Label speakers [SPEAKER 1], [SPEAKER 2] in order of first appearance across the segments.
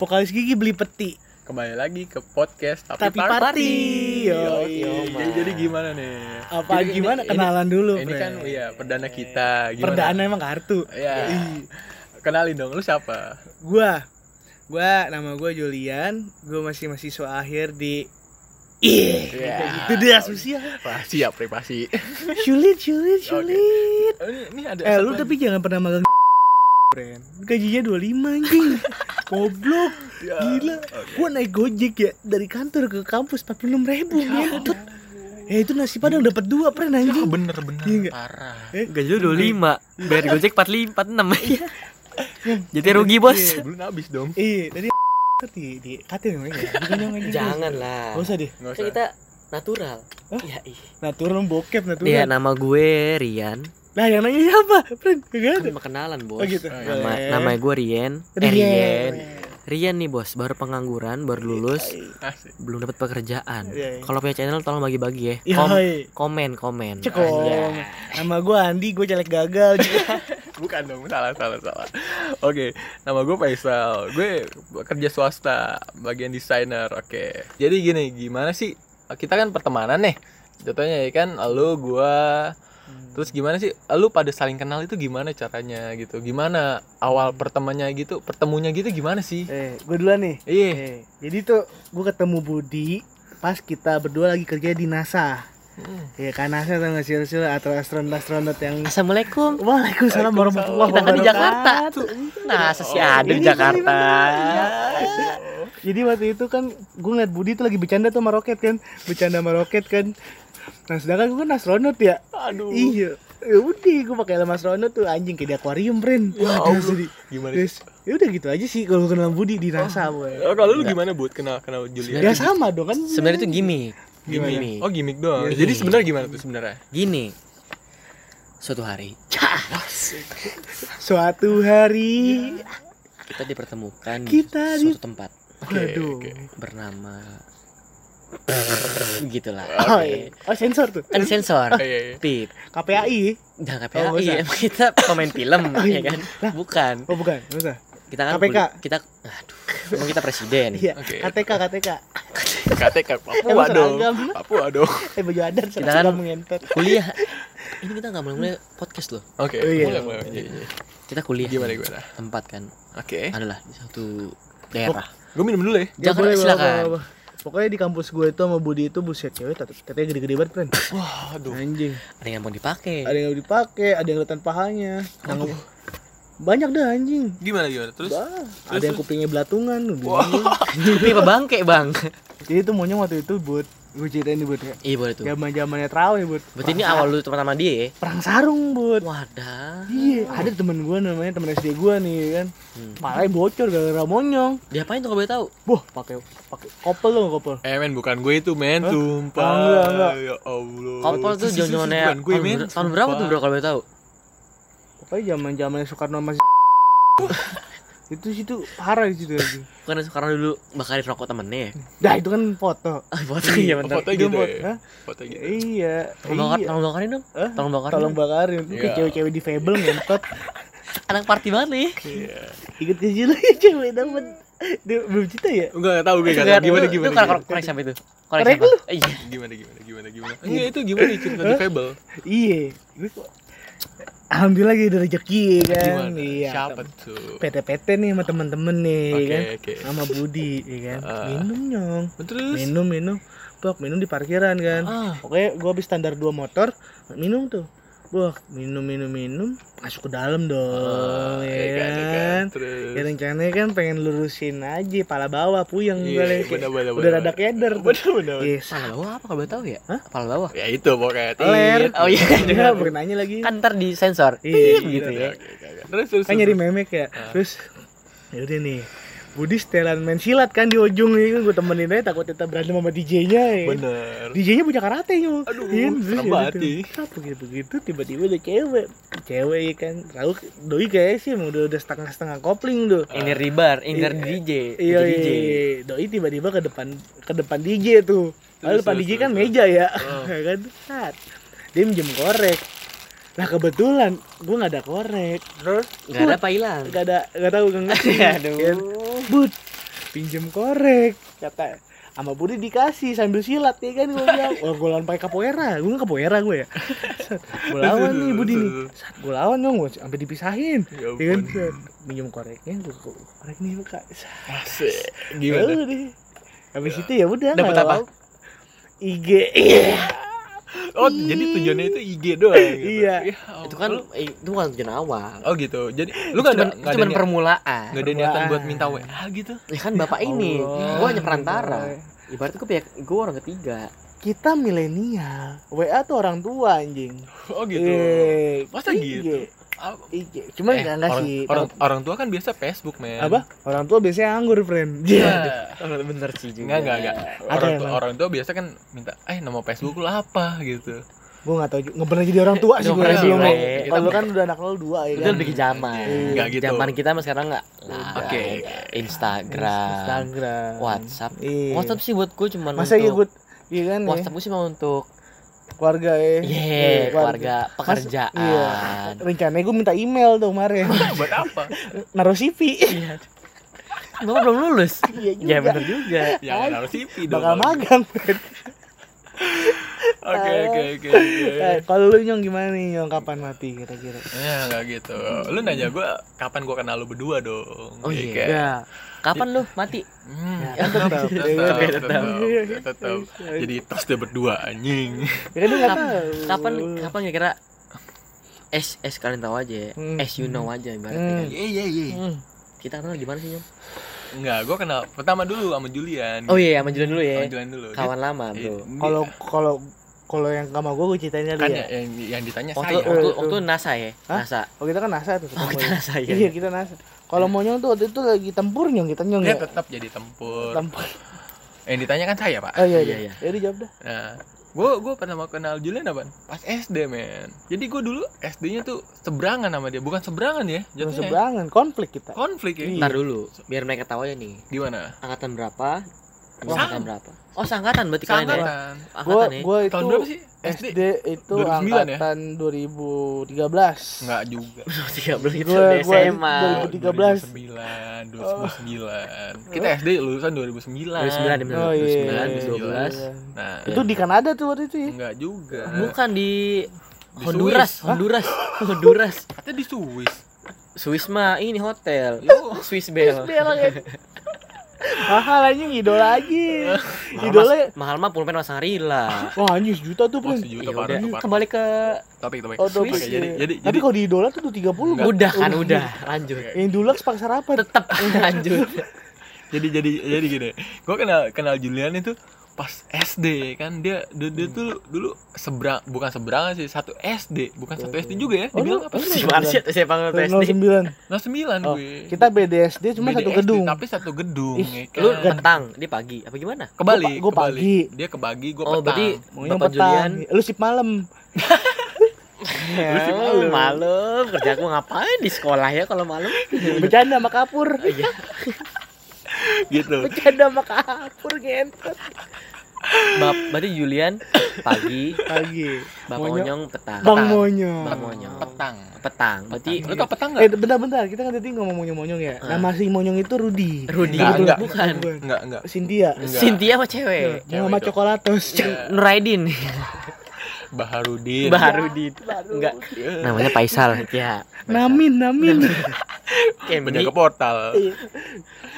[SPEAKER 1] vokalis gigi beli peti
[SPEAKER 2] Kembali lagi ke podcast Tapi,
[SPEAKER 1] tapi
[SPEAKER 2] Party.
[SPEAKER 1] party yo
[SPEAKER 2] Yoi. Jadi, jadi gimana nih?
[SPEAKER 1] apa
[SPEAKER 2] Jadi ini-
[SPEAKER 1] gimana
[SPEAKER 2] ini-
[SPEAKER 1] kenalan dulu
[SPEAKER 2] Ini
[SPEAKER 1] Bre.
[SPEAKER 2] kan iya perdana kita. Gimana?
[SPEAKER 1] perdana emang kartu
[SPEAKER 2] Iya. Kenalin dong, lu siapa?
[SPEAKER 1] gua gua nama gua Julian gua masih mahasiswa akhir di Ih,
[SPEAKER 2] Iya.
[SPEAKER 1] kayak gitu deh asumsinya.
[SPEAKER 2] Privasi ya, privasi.
[SPEAKER 1] Sulit, sulit, sulit.
[SPEAKER 2] ini, ini ada
[SPEAKER 1] Eh,
[SPEAKER 2] satu
[SPEAKER 1] lu
[SPEAKER 2] lagi.
[SPEAKER 1] tapi jangan pernah magang Bren. Gajinya 25 anjing. Goblok.
[SPEAKER 2] Ya.
[SPEAKER 1] Gila. Gua naik Gojek ya dari kantor ke kampus 46 ribu ngentut. Ya itu nasi padang dapat dua pren
[SPEAKER 2] Ah,
[SPEAKER 1] anjing.
[SPEAKER 2] bener bener
[SPEAKER 1] Iya nggak?
[SPEAKER 2] parah.
[SPEAKER 3] Gaji lu 25 Bayar gojek 45, 46 Jadi rugi bos
[SPEAKER 2] Eh, Belum habis dong.
[SPEAKER 1] Iya, tadi di di katil namanya. ya? Bukan dong anjing.
[SPEAKER 3] Jangan lah
[SPEAKER 1] Gak usah deh.
[SPEAKER 2] Nggak
[SPEAKER 3] Kan
[SPEAKER 2] usah.
[SPEAKER 3] kita natural
[SPEAKER 1] Hah?
[SPEAKER 3] Ya ih
[SPEAKER 1] Natural bokep
[SPEAKER 3] Iya
[SPEAKER 1] natural.
[SPEAKER 3] nama gue Rian
[SPEAKER 1] Nah, yang nanya siapa? Pren, kagak
[SPEAKER 3] Kan
[SPEAKER 1] ada.
[SPEAKER 3] perkenalan bos
[SPEAKER 1] Oh gitu.
[SPEAKER 2] Oh,
[SPEAKER 3] Nama,
[SPEAKER 1] Boleh.
[SPEAKER 3] nama gue Rian Eh, Rian Rian nih bos baru pengangguran baru lulus
[SPEAKER 2] Asik.
[SPEAKER 3] belum dapat pekerjaan.
[SPEAKER 1] Iya, iya.
[SPEAKER 3] Kalau punya channel tolong bagi-bagi ya.
[SPEAKER 1] Iya,
[SPEAKER 3] Kom-
[SPEAKER 1] iya.
[SPEAKER 3] komen komen. Iya.
[SPEAKER 1] Cekong. Nama gua Andi, gua jelek gagal.
[SPEAKER 2] Bukan dong, salah salah salah. Oke, nama gue Faisal. Gue kerja swasta, bagian desainer. Oke. Jadi gini, gimana sih? Kita kan pertemanan nih. Contohnya ya kan, lu gua
[SPEAKER 1] Hmm.
[SPEAKER 2] Terus gimana sih? Lu pada saling kenal itu gimana caranya gitu? Gimana awal
[SPEAKER 1] Hmm.
[SPEAKER 2] pertemannya gitu? Pertemunya gitu gimana sih?
[SPEAKER 1] Eh, gua duluan nih.
[SPEAKER 2] Iya.
[SPEAKER 1] Eh, jadi tuh gue ketemu Budi pas kita berdua lagi kerja di NASA.
[SPEAKER 2] Hmm.
[SPEAKER 1] Ya kan NASA tau gak sih Sil? atau astronot astronot yang
[SPEAKER 3] Assalamualaikum.
[SPEAKER 1] Waalaikumsalam warahmatullahi
[SPEAKER 3] Kita kan di
[SPEAKER 1] wabarakatuh.
[SPEAKER 3] Jakarta.
[SPEAKER 1] Oh,
[SPEAKER 3] Nah, sesi ada di
[SPEAKER 1] Ini
[SPEAKER 3] Jakarta.
[SPEAKER 1] iya, Jadi waktu itu kan gue ngeliat Budi tuh lagi bercanda tuh sama roket kan, bercanda sama roket kan. Nah sedangkan gue kan astronot ya.
[SPEAKER 2] Aduh.
[SPEAKER 1] Iya. Ya udah, gue pakai helm astronot tuh anjing kayak di akuarium, Pren.
[SPEAKER 2] Ya
[SPEAKER 1] Waduh,
[SPEAKER 2] Allah.
[SPEAKER 1] sedih.
[SPEAKER 2] Gimana?
[SPEAKER 1] Terus, ya udah gitu aja sih kalau kenal Budi di NASA, boy.
[SPEAKER 2] Oh, kalau lu gimana buat kenal kenal Julia?
[SPEAKER 1] Ya sama dong kan.
[SPEAKER 3] Sebenarnya itu gimmick.
[SPEAKER 2] Gimana?
[SPEAKER 1] iya.
[SPEAKER 3] Gimmick.
[SPEAKER 2] Oh gimmick doang. Jadi sebenarnya gimana tuh sebenarnya?
[SPEAKER 3] Gini. Suatu hari
[SPEAKER 1] Suatu hari
[SPEAKER 3] kita dipertemukan
[SPEAKER 1] Kita di-
[SPEAKER 3] di suatu tempat
[SPEAKER 1] Waduh.
[SPEAKER 2] oke.
[SPEAKER 3] bernama gitulah.
[SPEAKER 1] Oh, iya. oh sensor tuh.
[SPEAKER 3] Kan sensor.
[SPEAKER 2] Iya, iya.
[SPEAKER 3] Pip.
[SPEAKER 1] KPAI. Oh,
[SPEAKER 3] Jangan KPI,
[SPEAKER 1] bukan.
[SPEAKER 3] emang ya, kita pemain film ya
[SPEAKER 1] iya.
[SPEAKER 3] kan? Bukan.
[SPEAKER 1] Oh bukan, nggak usah.
[SPEAKER 3] Kita kan
[SPEAKER 1] KPK.
[SPEAKER 3] kul- kita aduh, emang kita presiden.
[SPEAKER 1] Iya,
[SPEAKER 2] Oke.
[SPEAKER 1] KTK KTK.
[SPEAKER 2] KTK Papua
[SPEAKER 1] Emang
[SPEAKER 2] dong.
[SPEAKER 1] seragam?
[SPEAKER 2] Papua dong.
[SPEAKER 1] Eh baju adat
[SPEAKER 3] Kita kan-
[SPEAKER 1] seragam mengentot.
[SPEAKER 3] Kuliah. Ini kita nggak mulai mulai podcast loh.
[SPEAKER 2] Oke.
[SPEAKER 1] Oh, iya.
[SPEAKER 2] Boleh, boleh. Iya, iya.
[SPEAKER 3] Kita kuliah.
[SPEAKER 2] Gimana gimana?
[SPEAKER 3] Tempat kan
[SPEAKER 1] Eh?
[SPEAKER 2] Oke.
[SPEAKER 3] adalah di satu daerah.
[SPEAKER 2] Gue minum dulu ya.
[SPEAKER 1] Ya,
[SPEAKER 3] Jangan
[SPEAKER 1] boleh,
[SPEAKER 3] silakan.
[SPEAKER 1] boleh, boleh. Pokoknya di kampus gue itu sama Budi itu buset cewek tat- katanya gede-gede banget friend
[SPEAKER 2] Wah, aduh.
[SPEAKER 1] Anjing
[SPEAKER 3] Ada yang mau dipakai.
[SPEAKER 1] Ada yang dipakai, ada yang kelihatan pahanya Nah, nge- Banyak dah anjing
[SPEAKER 2] Gimana gimana? Terus
[SPEAKER 1] Bah, Ada yang kupingnya belatungan lu bingung.
[SPEAKER 3] Tapi apa bangke bang?
[SPEAKER 1] Jadi itu monyong waktu itu buat Gue ceritain nih buat ya
[SPEAKER 3] Iya boleh tuh.
[SPEAKER 1] Zaman-zamannya terawih buat
[SPEAKER 3] Berarti ini awal lu teman sama dia ya?
[SPEAKER 1] Perang sarung buat
[SPEAKER 3] Wadah.
[SPEAKER 1] Iya, ada temen gue namanya temen SD gue nih kan.
[SPEAKER 3] Hmm.
[SPEAKER 1] Palanya bocor gara-gara monyong.
[SPEAKER 3] Diapain tuh kalau boleh tahu?
[SPEAKER 1] Boh, pakai pakai kopel dong kopel.
[SPEAKER 2] Eh men bukan gue itu men, sumpah.
[SPEAKER 1] Enggak, enggak.
[SPEAKER 2] Ya
[SPEAKER 1] Oh,
[SPEAKER 2] Allah.
[SPEAKER 3] Kalau tuh
[SPEAKER 2] Sus, sus, sus,
[SPEAKER 3] jaman-jamannya
[SPEAKER 2] bukan gue men.
[SPEAKER 3] tahun, tahun berapa tuh bro kalau boleh tahu?
[SPEAKER 1] Pokoknya zaman-zaman Soekarno masih itu situ parah di situ lagi.
[SPEAKER 3] Bukan sekarang dulu bakarin rokok temennya ya?
[SPEAKER 1] Nah, itu kan foto.
[SPEAKER 3] Ah, foto iya
[SPEAKER 2] Foto
[SPEAKER 3] bentar.
[SPEAKER 2] Fotonya gitu.
[SPEAKER 1] Jemput,
[SPEAKER 2] ya?
[SPEAKER 1] hah?
[SPEAKER 2] Fotonya
[SPEAKER 1] Ya,
[SPEAKER 2] gitu.
[SPEAKER 1] iya.
[SPEAKER 3] Tolong bakar,
[SPEAKER 1] iya.
[SPEAKER 3] tolong bakarin dong.
[SPEAKER 1] Hah?
[SPEAKER 3] Tolong bakarin.
[SPEAKER 1] Tolong bakarin. Lu
[SPEAKER 2] Iya.
[SPEAKER 1] kayak cewek-cewek di Fable ngentot.
[SPEAKER 3] Anak party banget nih.
[SPEAKER 2] Iya.
[SPEAKER 1] Ingat gak sih lu yang cewek dapat dia belum cerita ya?
[SPEAKER 2] Enggak enggak tahu gue enggak
[SPEAKER 3] Enggak,
[SPEAKER 2] tahu. Gimana
[SPEAKER 3] itu-
[SPEAKER 2] gimana.
[SPEAKER 3] Itu kalau
[SPEAKER 2] gimana?
[SPEAKER 3] korek- korek siapa itu? Korek
[SPEAKER 1] Korek
[SPEAKER 3] siapa?
[SPEAKER 1] lu.
[SPEAKER 3] Iya.
[SPEAKER 2] Gimana gimana gimana gimana. Iya itu gimana cerita di Fable?
[SPEAKER 1] Iya. Gue kok- Alhamdulillah gitu rezeki kan.
[SPEAKER 2] Gimana?
[SPEAKER 1] Iya.
[SPEAKER 2] Siapa tuh?
[SPEAKER 1] PT-PT nih sama temen-temen nih
[SPEAKER 2] Oke,
[SPEAKER 1] kan
[SPEAKER 2] oke.
[SPEAKER 1] sama Budi ya kan
[SPEAKER 2] Ah.
[SPEAKER 1] minum nyong
[SPEAKER 2] Terus
[SPEAKER 1] minum minum bak minum di parkiran kan
[SPEAKER 3] Ah.
[SPEAKER 1] oke gua habis standar dua motor minum tuh Wah, minum minum minum masuk ke dalam dong
[SPEAKER 2] Ah,
[SPEAKER 1] ya
[SPEAKER 2] iya kan, iya kan.
[SPEAKER 1] kan
[SPEAKER 2] Terus.
[SPEAKER 1] ya rencananya kan pengen lurusin aja pala bawah puyeng gue
[SPEAKER 2] Iya, iya, bener, bener,
[SPEAKER 1] udah
[SPEAKER 2] bener.
[SPEAKER 1] rada keder tuh.
[SPEAKER 2] Bener bener.
[SPEAKER 1] Iya, sa-
[SPEAKER 3] Kepala bawah apa kalau boleh tahu ya?
[SPEAKER 1] Hah?
[SPEAKER 3] Kepala bawah.
[SPEAKER 2] Ya itu pokoknya. Tit.
[SPEAKER 1] Ler.
[SPEAKER 3] Oh iya.
[SPEAKER 1] Dia bukan nanya lagi
[SPEAKER 3] Kan ntar di sensor.
[SPEAKER 1] Iya,
[SPEAKER 3] Iya gitu ya.
[SPEAKER 2] Oke, oke, oke. Terus terus.
[SPEAKER 1] kan
[SPEAKER 2] terus.
[SPEAKER 1] nyari memek ya
[SPEAKER 2] Ah.
[SPEAKER 1] terus yaudah nih Budi setelan main silat kan di ujung nih gue temenin aja takut kita berantem sama DJ-nya ya.
[SPEAKER 2] Bener.
[SPEAKER 1] DJ-nya punya karate yo.
[SPEAKER 2] Aduh,
[SPEAKER 1] Iya,
[SPEAKER 2] serem
[SPEAKER 1] ya
[SPEAKER 2] banget,
[SPEAKER 1] gitu.
[SPEAKER 2] ih.
[SPEAKER 1] Apa gitu begitu tiba-tiba ada cewek. Cewek ya kan. Tahu doi kayak sih emang udah udah setengah-setengah kopling tuh.
[SPEAKER 2] Ah,
[SPEAKER 3] Inner di bar, inner
[SPEAKER 1] Iya.
[SPEAKER 3] DJ,
[SPEAKER 1] Iya,
[SPEAKER 3] jadi
[SPEAKER 1] iya,
[SPEAKER 3] DJ.
[SPEAKER 1] iya. doi tiba-tiba ke depan ke depan DJ tuh. Lalu
[SPEAKER 2] Terus,
[SPEAKER 1] depan
[SPEAKER 2] terus,
[SPEAKER 1] DJ
[SPEAKER 2] terus,
[SPEAKER 1] kan
[SPEAKER 2] terus.
[SPEAKER 1] meja ya.
[SPEAKER 2] Oh.
[SPEAKER 1] Ya kan. Sat. Dia minjem korek. Nah kebetulan gue nggak ada korek. Terus
[SPEAKER 3] Enggak ada apa hilang.
[SPEAKER 1] nggak ada nggak tahu nggak ngerti.
[SPEAKER 3] Aduh.
[SPEAKER 1] Kan. Iya. But pinjem korek kata sama Budi dikasih sambil silat ya kan gue bilang wah gue lawan pakai capoeira gue nggak capoeira gue ya gue lawan nih Budi nih gue lawan dong gue sampai dipisahin
[SPEAKER 2] Ya
[SPEAKER 1] ya kan
[SPEAKER 2] ampun.
[SPEAKER 1] Set, minjem koreknya gue korek nih kak
[SPEAKER 2] Asik.
[SPEAKER 1] Gimana?
[SPEAKER 2] Gimana?
[SPEAKER 1] deh. Habis itu ya udah
[SPEAKER 2] Dapet
[SPEAKER 1] nggak
[SPEAKER 2] apa?
[SPEAKER 1] apa-apa. IG. Iya.
[SPEAKER 2] Oh, jadi tujuannya itu IG doang. Gitu.
[SPEAKER 1] Iya.
[SPEAKER 2] Ya
[SPEAKER 3] itu kan
[SPEAKER 2] ampun.
[SPEAKER 3] eh, itu bukan tujuan awal
[SPEAKER 2] Oh gitu. Jadi lu
[SPEAKER 3] Itu
[SPEAKER 2] gak ada
[SPEAKER 3] cuman,
[SPEAKER 2] gak
[SPEAKER 3] itu
[SPEAKER 2] ada,
[SPEAKER 3] cuman
[SPEAKER 2] niat-
[SPEAKER 3] permulaan
[SPEAKER 2] gak ada niatan
[SPEAKER 1] permulaan.
[SPEAKER 2] buat minta WA gitu.
[SPEAKER 3] ya kan bapak ini
[SPEAKER 1] Allah.
[SPEAKER 3] gue hanya perantara ibaratnya gue pihak gue orang ketiga
[SPEAKER 1] Kita milenial. WA tuh orang tua anjing.
[SPEAKER 2] Oh gitu.
[SPEAKER 1] Eh,
[SPEAKER 2] Masa
[SPEAKER 1] IG.
[SPEAKER 2] gitu? Ah,
[SPEAKER 1] IG. Iya, Cuman
[SPEAKER 2] eh,
[SPEAKER 1] nggak nggak
[SPEAKER 2] orang,
[SPEAKER 1] sih.
[SPEAKER 2] Orang, orang tua kan biasa Facebook, men.
[SPEAKER 1] apa? Orang tua biasanya anggur, friend. Iya.
[SPEAKER 2] Iya.
[SPEAKER 3] Oh, bener sih
[SPEAKER 2] Enggak, enggak, enggak. Orang tua,
[SPEAKER 1] emang.
[SPEAKER 2] orang tua biasa kan minta, "Eh, nama Facebook lu apa?" gitu.
[SPEAKER 1] Gue nggak tahu juga. Nggak pernah jadi orang tua Ah, sih
[SPEAKER 3] Nggak
[SPEAKER 1] gue
[SPEAKER 3] pernah
[SPEAKER 1] sebelum.
[SPEAKER 3] sih,
[SPEAKER 1] lo-
[SPEAKER 3] Bre.
[SPEAKER 1] Kalau lo kan udah anak lo dua ya
[SPEAKER 3] itu
[SPEAKER 1] kan.
[SPEAKER 3] lebih ke zaman
[SPEAKER 2] Enggak Iya. gitu.
[SPEAKER 3] zaman kita mah sekarang enggak lah
[SPEAKER 2] Oke.
[SPEAKER 3] Instagram
[SPEAKER 1] Instagram.
[SPEAKER 3] WhatsApp
[SPEAKER 1] Iya.
[SPEAKER 3] WhatsApp sih buat gue cuma
[SPEAKER 1] Masa iya gue Iya kan ya,
[SPEAKER 3] WhatsApp gue sih mau untuk
[SPEAKER 1] keluarga ya. Iya,
[SPEAKER 3] yeah, keluarga pekerjaan
[SPEAKER 1] Iya. Rencananya gue minta email tuh kemarin.
[SPEAKER 2] Buat apa?
[SPEAKER 1] Naruh CV.
[SPEAKER 4] Bapak belum lulus.
[SPEAKER 1] Iya juga.
[SPEAKER 4] Ya bener juga.
[SPEAKER 2] Jangan harus CV dong.
[SPEAKER 1] Bakal magang. Fred.
[SPEAKER 2] Oke, oke, oke. oke.
[SPEAKER 1] Eh, Kalau lu nyong gimana nih nyong kapan mati kira-kira?
[SPEAKER 2] Ya, enggak gitu. Lu nanya gue kapan gue kenal lu berdua dong.
[SPEAKER 3] Oh,
[SPEAKER 2] Ya,
[SPEAKER 3] iya.
[SPEAKER 2] kayak,
[SPEAKER 4] Ya.
[SPEAKER 3] kapan lu mati
[SPEAKER 2] Hmm,
[SPEAKER 1] Ya,
[SPEAKER 2] tetep,
[SPEAKER 1] tetep,
[SPEAKER 2] tetep,
[SPEAKER 1] iya,
[SPEAKER 2] tetep,
[SPEAKER 1] tetep.
[SPEAKER 2] tetep, tetep. Jadi terus dia berdua anjing.
[SPEAKER 1] Ya kan lu nggak
[SPEAKER 3] Kap-
[SPEAKER 1] tahu.
[SPEAKER 3] kapan kapan kira-kira es es kalian tahu aja ya
[SPEAKER 1] Hmm.
[SPEAKER 3] es you know aja
[SPEAKER 1] Hmm.
[SPEAKER 3] ibaratnya kan.
[SPEAKER 2] Iya, iya, iya.
[SPEAKER 1] Hmm.
[SPEAKER 3] kita kenal gimana sih Nyom?
[SPEAKER 2] Enggak, gue kenal pertama dulu sama Julian.
[SPEAKER 3] oh iya sama Julian dulu ya
[SPEAKER 2] Sama Julian dulu. Dia-
[SPEAKER 3] kawan lama
[SPEAKER 2] Iya,
[SPEAKER 3] bro
[SPEAKER 2] dia-
[SPEAKER 1] Kalau kalau kalau yang sama gue gue ceritain
[SPEAKER 2] kan
[SPEAKER 1] dulu
[SPEAKER 2] ya,
[SPEAKER 1] ya.
[SPEAKER 2] yang, yang ditanya
[SPEAKER 3] waktu
[SPEAKER 2] saya.
[SPEAKER 3] waktu,
[SPEAKER 1] Tuh.
[SPEAKER 3] waktu NASA ya
[SPEAKER 1] Hah?
[SPEAKER 3] NASA
[SPEAKER 1] Oh kita kan NASA tuh.
[SPEAKER 3] oh
[SPEAKER 1] ketemu
[SPEAKER 3] kita
[SPEAKER 1] ya.
[SPEAKER 3] NASA ya
[SPEAKER 1] Iya kita NASA. Kalau mau nyong tuh waktu itu lagi tempur nyong kita nyong
[SPEAKER 2] Dia
[SPEAKER 1] ya.
[SPEAKER 2] tetap jadi tempur.
[SPEAKER 1] Tempur.
[SPEAKER 2] Yang ditanya kan saya, Pak.
[SPEAKER 1] Oh iya
[SPEAKER 3] Iya,
[SPEAKER 1] iya.
[SPEAKER 3] iya.
[SPEAKER 1] Ya dijawab dah.
[SPEAKER 2] Nah, gue gue pertama kenal Julian apa? Pas SD, men. Jadi gue dulu SD-nya tuh seberangan sama dia, bukan seberangan ya,
[SPEAKER 1] Jangan
[SPEAKER 2] jatuhnya.
[SPEAKER 1] seberangan konflik kita.
[SPEAKER 2] Konflik ya.
[SPEAKER 3] Iya. ntar dulu biar mereka tahu aja nih
[SPEAKER 2] Gimana?
[SPEAKER 3] angkatan berapa Lu
[SPEAKER 2] Sama.
[SPEAKER 3] angkatan berapa oh seangkatan berarti kalian ya
[SPEAKER 2] Seangkatan.
[SPEAKER 1] Gue
[SPEAKER 3] angkatan ya
[SPEAKER 1] gue
[SPEAKER 2] kan? Tahun
[SPEAKER 1] itu
[SPEAKER 2] berapa sih? SD.
[SPEAKER 1] SD itu
[SPEAKER 2] 2009 ya?
[SPEAKER 1] angkatan 2013.
[SPEAKER 2] Enggak juga.
[SPEAKER 3] tiga belas itu
[SPEAKER 1] Gua-
[SPEAKER 3] udah
[SPEAKER 1] gua-
[SPEAKER 3] SMA
[SPEAKER 1] 2013. Oh.
[SPEAKER 2] 2009, 2009. Kita SD lulusan 2009.
[SPEAKER 3] dua sembilan
[SPEAKER 1] Oh, iya.
[SPEAKER 3] dua belas
[SPEAKER 2] Nah,
[SPEAKER 1] Itu di Kanada tuh waktu itu ya.
[SPEAKER 2] enggak juga.
[SPEAKER 3] bukan di
[SPEAKER 2] Di
[SPEAKER 3] Honduras
[SPEAKER 2] Swiss.
[SPEAKER 3] Honduras Honduras
[SPEAKER 2] Katanya di Swiss.
[SPEAKER 3] Swiss mah ini hotel
[SPEAKER 2] Yo.
[SPEAKER 3] Swiss Bell
[SPEAKER 1] ya. Mahal anjing idola aja.
[SPEAKER 3] mahal,
[SPEAKER 1] idola.
[SPEAKER 3] mas- mahal mah pulpen masang rila
[SPEAKER 1] Wah anjing sejuta tuh, Pren.
[SPEAKER 2] Wah, Oh, sejuta
[SPEAKER 3] ya
[SPEAKER 2] parah
[SPEAKER 3] udah
[SPEAKER 2] tuh, parah.
[SPEAKER 3] kembali ke
[SPEAKER 2] Topik, topik.
[SPEAKER 1] Oh, topik.
[SPEAKER 2] Oke, jadi,
[SPEAKER 1] Iya.
[SPEAKER 2] jadi,
[SPEAKER 1] Tapi
[SPEAKER 2] jadi. iya,
[SPEAKER 1] kalau di idola tuh 230
[SPEAKER 2] Enggak.
[SPEAKER 1] Bang.
[SPEAKER 3] udah kan udah lanjut
[SPEAKER 1] Yang dulaks pakai sarapan.
[SPEAKER 3] tetap lanjut
[SPEAKER 2] jadi jadi jadi gini gue kenal kenal Julian itu pas SD kan dia dia, dia tuh dulu seberang bukan seberangan sih satu SD bukan satu SD juga ya
[SPEAKER 1] Oh,
[SPEAKER 2] dibilang
[SPEAKER 1] lu-
[SPEAKER 2] apa
[SPEAKER 1] lu nggak-
[SPEAKER 2] sih
[SPEAKER 3] gimana sih siapa nggak tahu SD
[SPEAKER 1] 09.
[SPEAKER 2] nah sembilan
[SPEAKER 1] Oh,
[SPEAKER 2] gue
[SPEAKER 1] Kita BDSD cuma
[SPEAKER 2] Beda
[SPEAKER 1] satu
[SPEAKER 2] SD,
[SPEAKER 1] gedung.
[SPEAKER 2] tapi satu gedung ya kan.
[SPEAKER 3] lu petang dia pagi apa gimana
[SPEAKER 2] kebalik
[SPEAKER 1] Gua pa- gua
[SPEAKER 2] kebalik.
[SPEAKER 1] pagi.
[SPEAKER 2] dia kebagi gue
[SPEAKER 3] oh
[SPEAKER 2] petang
[SPEAKER 3] berarti
[SPEAKER 1] Maunya
[SPEAKER 3] bapak Julian
[SPEAKER 1] petang. Ya, Lu sip malam. Ya,
[SPEAKER 3] lu sih malam malam kerja aku ngapain di sekolah ya kalau malam
[SPEAKER 1] Bercanda sama kapur.
[SPEAKER 3] Oh, iya.
[SPEAKER 2] gitu
[SPEAKER 1] Bercanda sama kapur ngentot.
[SPEAKER 3] Bap- berarti Julian pagi
[SPEAKER 1] Pagi.
[SPEAKER 3] bapak
[SPEAKER 1] Monyok.
[SPEAKER 3] Onyong petang
[SPEAKER 1] Bang
[SPEAKER 2] Petang.
[SPEAKER 3] Bang
[SPEAKER 1] Monyong.
[SPEAKER 3] Monyong
[SPEAKER 2] petang
[SPEAKER 3] petang Iya. berarti
[SPEAKER 2] lu tau petang
[SPEAKER 1] Eh
[SPEAKER 2] nggak
[SPEAKER 1] bentar-bentar, kita kan tadi ngomong monyong-monyong ya.
[SPEAKER 3] Ah.
[SPEAKER 1] Nama si monyong itu Rudy.
[SPEAKER 3] Rudy
[SPEAKER 2] Enggak, enggak.
[SPEAKER 3] bukan
[SPEAKER 2] enggak enggak
[SPEAKER 1] Cynthia.
[SPEAKER 2] Enggak.
[SPEAKER 3] Cynthia apa cewek Iya.
[SPEAKER 1] Mau sama
[SPEAKER 2] Cewek
[SPEAKER 1] Chocolatos.
[SPEAKER 3] Nuraidin
[SPEAKER 2] Baharudin
[SPEAKER 3] Baharudin
[SPEAKER 1] Baru.
[SPEAKER 3] enggak namanya Faisal ya
[SPEAKER 1] Namin, Namin.
[SPEAKER 3] Kemi
[SPEAKER 2] penjaga portal
[SPEAKER 1] Iya.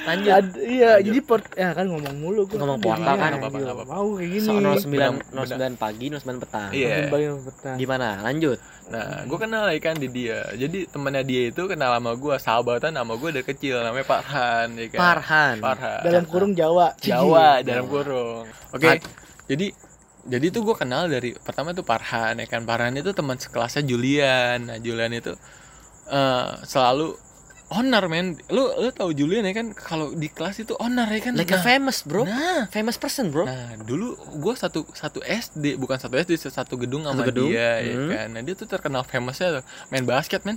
[SPEAKER 3] lanjut
[SPEAKER 1] Ad- iya,
[SPEAKER 2] Lanjut.
[SPEAKER 1] jadi port ya kan ngomong mulu gua.
[SPEAKER 3] Ngomong
[SPEAKER 1] Iya,
[SPEAKER 3] portal kan,
[SPEAKER 1] iya,
[SPEAKER 2] apa-apa,
[SPEAKER 1] iya,
[SPEAKER 2] apa-apa.
[SPEAKER 1] Mau kayak gini.
[SPEAKER 3] So,
[SPEAKER 2] Benar,
[SPEAKER 3] 09 09 pagi 09 petang
[SPEAKER 2] Iya.
[SPEAKER 1] Kembali sama petang.
[SPEAKER 3] gimana lanjut
[SPEAKER 2] Nah, gue kenal ikan di dia. Jadi temennya dia itu kenal sama gue, sahabatan sama gue dari kecil. Namanya Parhan, ya kan?
[SPEAKER 3] Parhan
[SPEAKER 2] Parhan.
[SPEAKER 1] Dalam kurung Jawa.
[SPEAKER 2] Iya. Jawa, dalam kurung. Oke. Iya. Jadi jadi itu gue kenal dari pertama tuh Parhan, ya kan? Parhan itu teman sekelasnya Julian. Nah, Julian itu eh, selalu honor men. Lu lu tahu Julian ya kan? Kalau di kelas itu honor ya kan?
[SPEAKER 3] like
[SPEAKER 2] Nah,
[SPEAKER 3] a famous bro
[SPEAKER 2] nah,
[SPEAKER 3] famous person bro
[SPEAKER 2] Nah, dulu gua satu satu SD, bukan satu SD, satu gedung sama
[SPEAKER 3] Satu gedung,
[SPEAKER 2] dia ya
[SPEAKER 3] hmm.
[SPEAKER 2] kan. Nah, dia tuh terkenal famousnya tuh, main basket, men.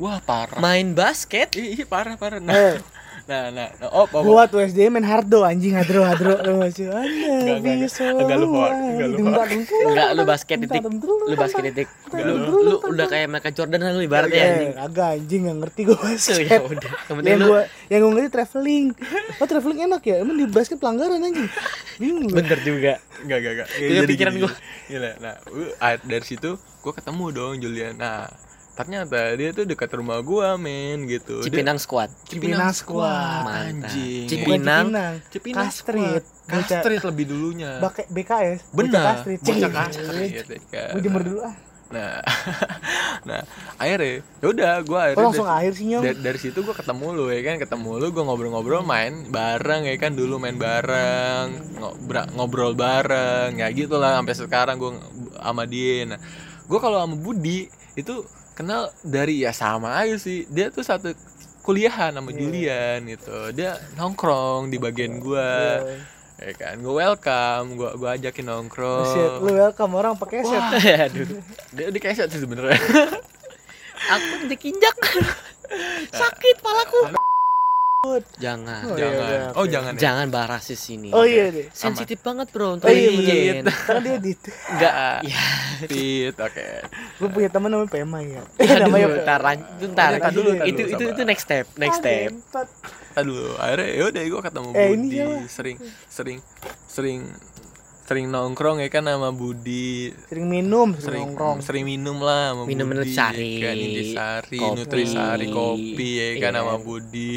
[SPEAKER 2] Wah, parah.
[SPEAKER 3] main basket
[SPEAKER 2] Ih, ih, parah parah. Nah,
[SPEAKER 1] Eh,
[SPEAKER 2] nah nah, nah. oh bawa
[SPEAKER 1] Gua tuh SD main hardo anjing hadro hadro lu masih
[SPEAKER 2] Enggak,
[SPEAKER 1] ada
[SPEAKER 2] enggak, enggak. Enggak, lu hoax, enggak, lu hoax.
[SPEAKER 3] Enggak, lu basket titik. Lu basket titik. Lu, lu udah kayak Michael Jordan lah lu
[SPEAKER 2] Iya.
[SPEAKER 3] ibaratnya anjing.
[SPEAKER 1] Eh, agak anjing nggak ngerti gua basket.
[SPEAKER 3] Ya udah, yang penting
[SPEAKER 1] yang
[SPEAKER 3] lu
[SPEAKER 1] gua yang gua ngerti traveling. Oh, traveling enak ya. Emang di basket pelanggaran anjing. Bingung. gua.
[SPEAKER 3] bener juga.
[SPEAKER 2] Enggak, enggak, enggak.
[SPEAKER 3] Kayak Iya, pikiran
[SPEAKER 2] gini, gini. Gila. Nah, gua- ah, dari situ gue ketemu dong Julian. Nah, ternyata dia tuh dekat rumah gua, men, gitu. Dia-
[SPEAKER 3] Cipinang Squad.
[SPEAKER 1] Cipinang Squad.
[SPEAKER 3] Mantap.
[SPEAKER 1] Bukan
[SPEAKER 2] Anjing.
[SPEAKER 5] Cipinang.
[SPEAKER 2] Cipinang
[SPEAKER 1] Kastrit.
[SPEAKER 2] Squad.
[SPEAKER 1] Bocah-
[SPEAKER 2] Kastrit lebih dulunya.
[SPEAKER 1] Bake- BKS. Bocah
[SPEAKER 2] Benar.
[SPEAKER 1] Kastrit.
[SPEAKER 2] Bocah
[SPEAKER 1] Cih.
[SPEAKER 2] Kastrit. ya kan.
[SPEAKER 1] Gua jemur dulu ah.
[SPEAKER 2] Nah, nah, akhirnya yaudah gue akhirnya
[SPEAKER 1] Oh, langsung
[SPEAKER 2] dari,
[SPEAKER 1] akhir sih nyong.
[SPEAKER 2] dari, dari situ gue ketemu lu ya kan, ketemu lu gue ngobrol-ngobrol main bareng ya kan dulu main bareng, ngobra- ngobrol bareng, ya gitu lah sampai sekarang gue sama dia. Nah, gue kalau sama Budi itu kenal dari ya sama aja sih, dia tuh satu kuliahan sama
[SPEAKER 1] Iya.
[SPEAKER 2] Julian gitu, dia nongkrong di
[SPEAKER 1] Iya.
[SPEAKER 2] bagian gue, ya kan, gue welcome, gue gua ajakin nongkrong.
[SPEAKER 1] Set, lu welcome orang pakai set.
[SPEAKER 3] Aduh.
[SPEAKER 2] Dia dia kayak sih sebenernya.
[SPEAKER 3] Aku dikinjak. Sakit palaku.
[SPEAKER 1] Oh,
[SPEAKER 3] Anu-
[SPEAKER 1] iya,
[SPEAKER 3] Jangan.
[SPEAKER 2] jangan.
[SPEAKER 1] udah,
[SPEAKER 2] oh,
[SPEAKER 1] oke.
[SPEAKER 2] jangan. ya?
[SPEAKER 3] Jangan bahas di sini.
[SPEAKER 1] Oh iya deh.
[SPEAKER 3] Sensitif banget,
[SPEAKER 1] Oh
[SPEAKER 3] Bro.
[SPEAKER 1] iya bener.
[SPEAKER 3] Iya.
[SPEAKER 1] Karena dia di
[SPEAKER 2] Enggak.
[SPEAKER 3] Iya.
[SPEAKER 2] Fit, oke.
[SPEAKER 1] Gue punya teman namanya Pema ya.
[SPEAKER 3] Aduh,
[SPEAKER 1] namanya Pema.
[SPEAKER 3] ntar, lan- ntar.
[SPEAKER 2] Ntar dulu, ntar
[SPEAKER 3] itu
[SPEAKER 2] dulu,
[SPEAKER 3] itu
[SPEAKER 2] sabar.
[SPEAKER 3] itu next step, next step.
[SPEAKER 1] Pantat.
[SPEAKER 2] Ntar dulu. Akhirnya yaudah gue ketemu
[SPEAKER 1] Eh, ini
[SPEAKER 2] Budi.
[SPEAKER 1] siapa?
[SPEAKER 2] Sering, sering, sering, sering nongkrong ya kan sama Budi.
[SPEAKER 1] Sering minum, sering
[SPEAKER 2] Sering,
[SPEAKER 1] nongkrong.
[SPEAKER 2] sering minum lah sama
[SPEAKER 3] Minum
[SPEAKER 2] Budi.
[SPEAKER 3] Nutrisari,
[SPEAKER 2] Kan Nutrisari,
[SPEAKER 3] kopi.
[SPEAKER 2] Nutrisari, kopi ya kan
[SPEAKER 3] Iya.
[SPEAKER 2] sama Budi.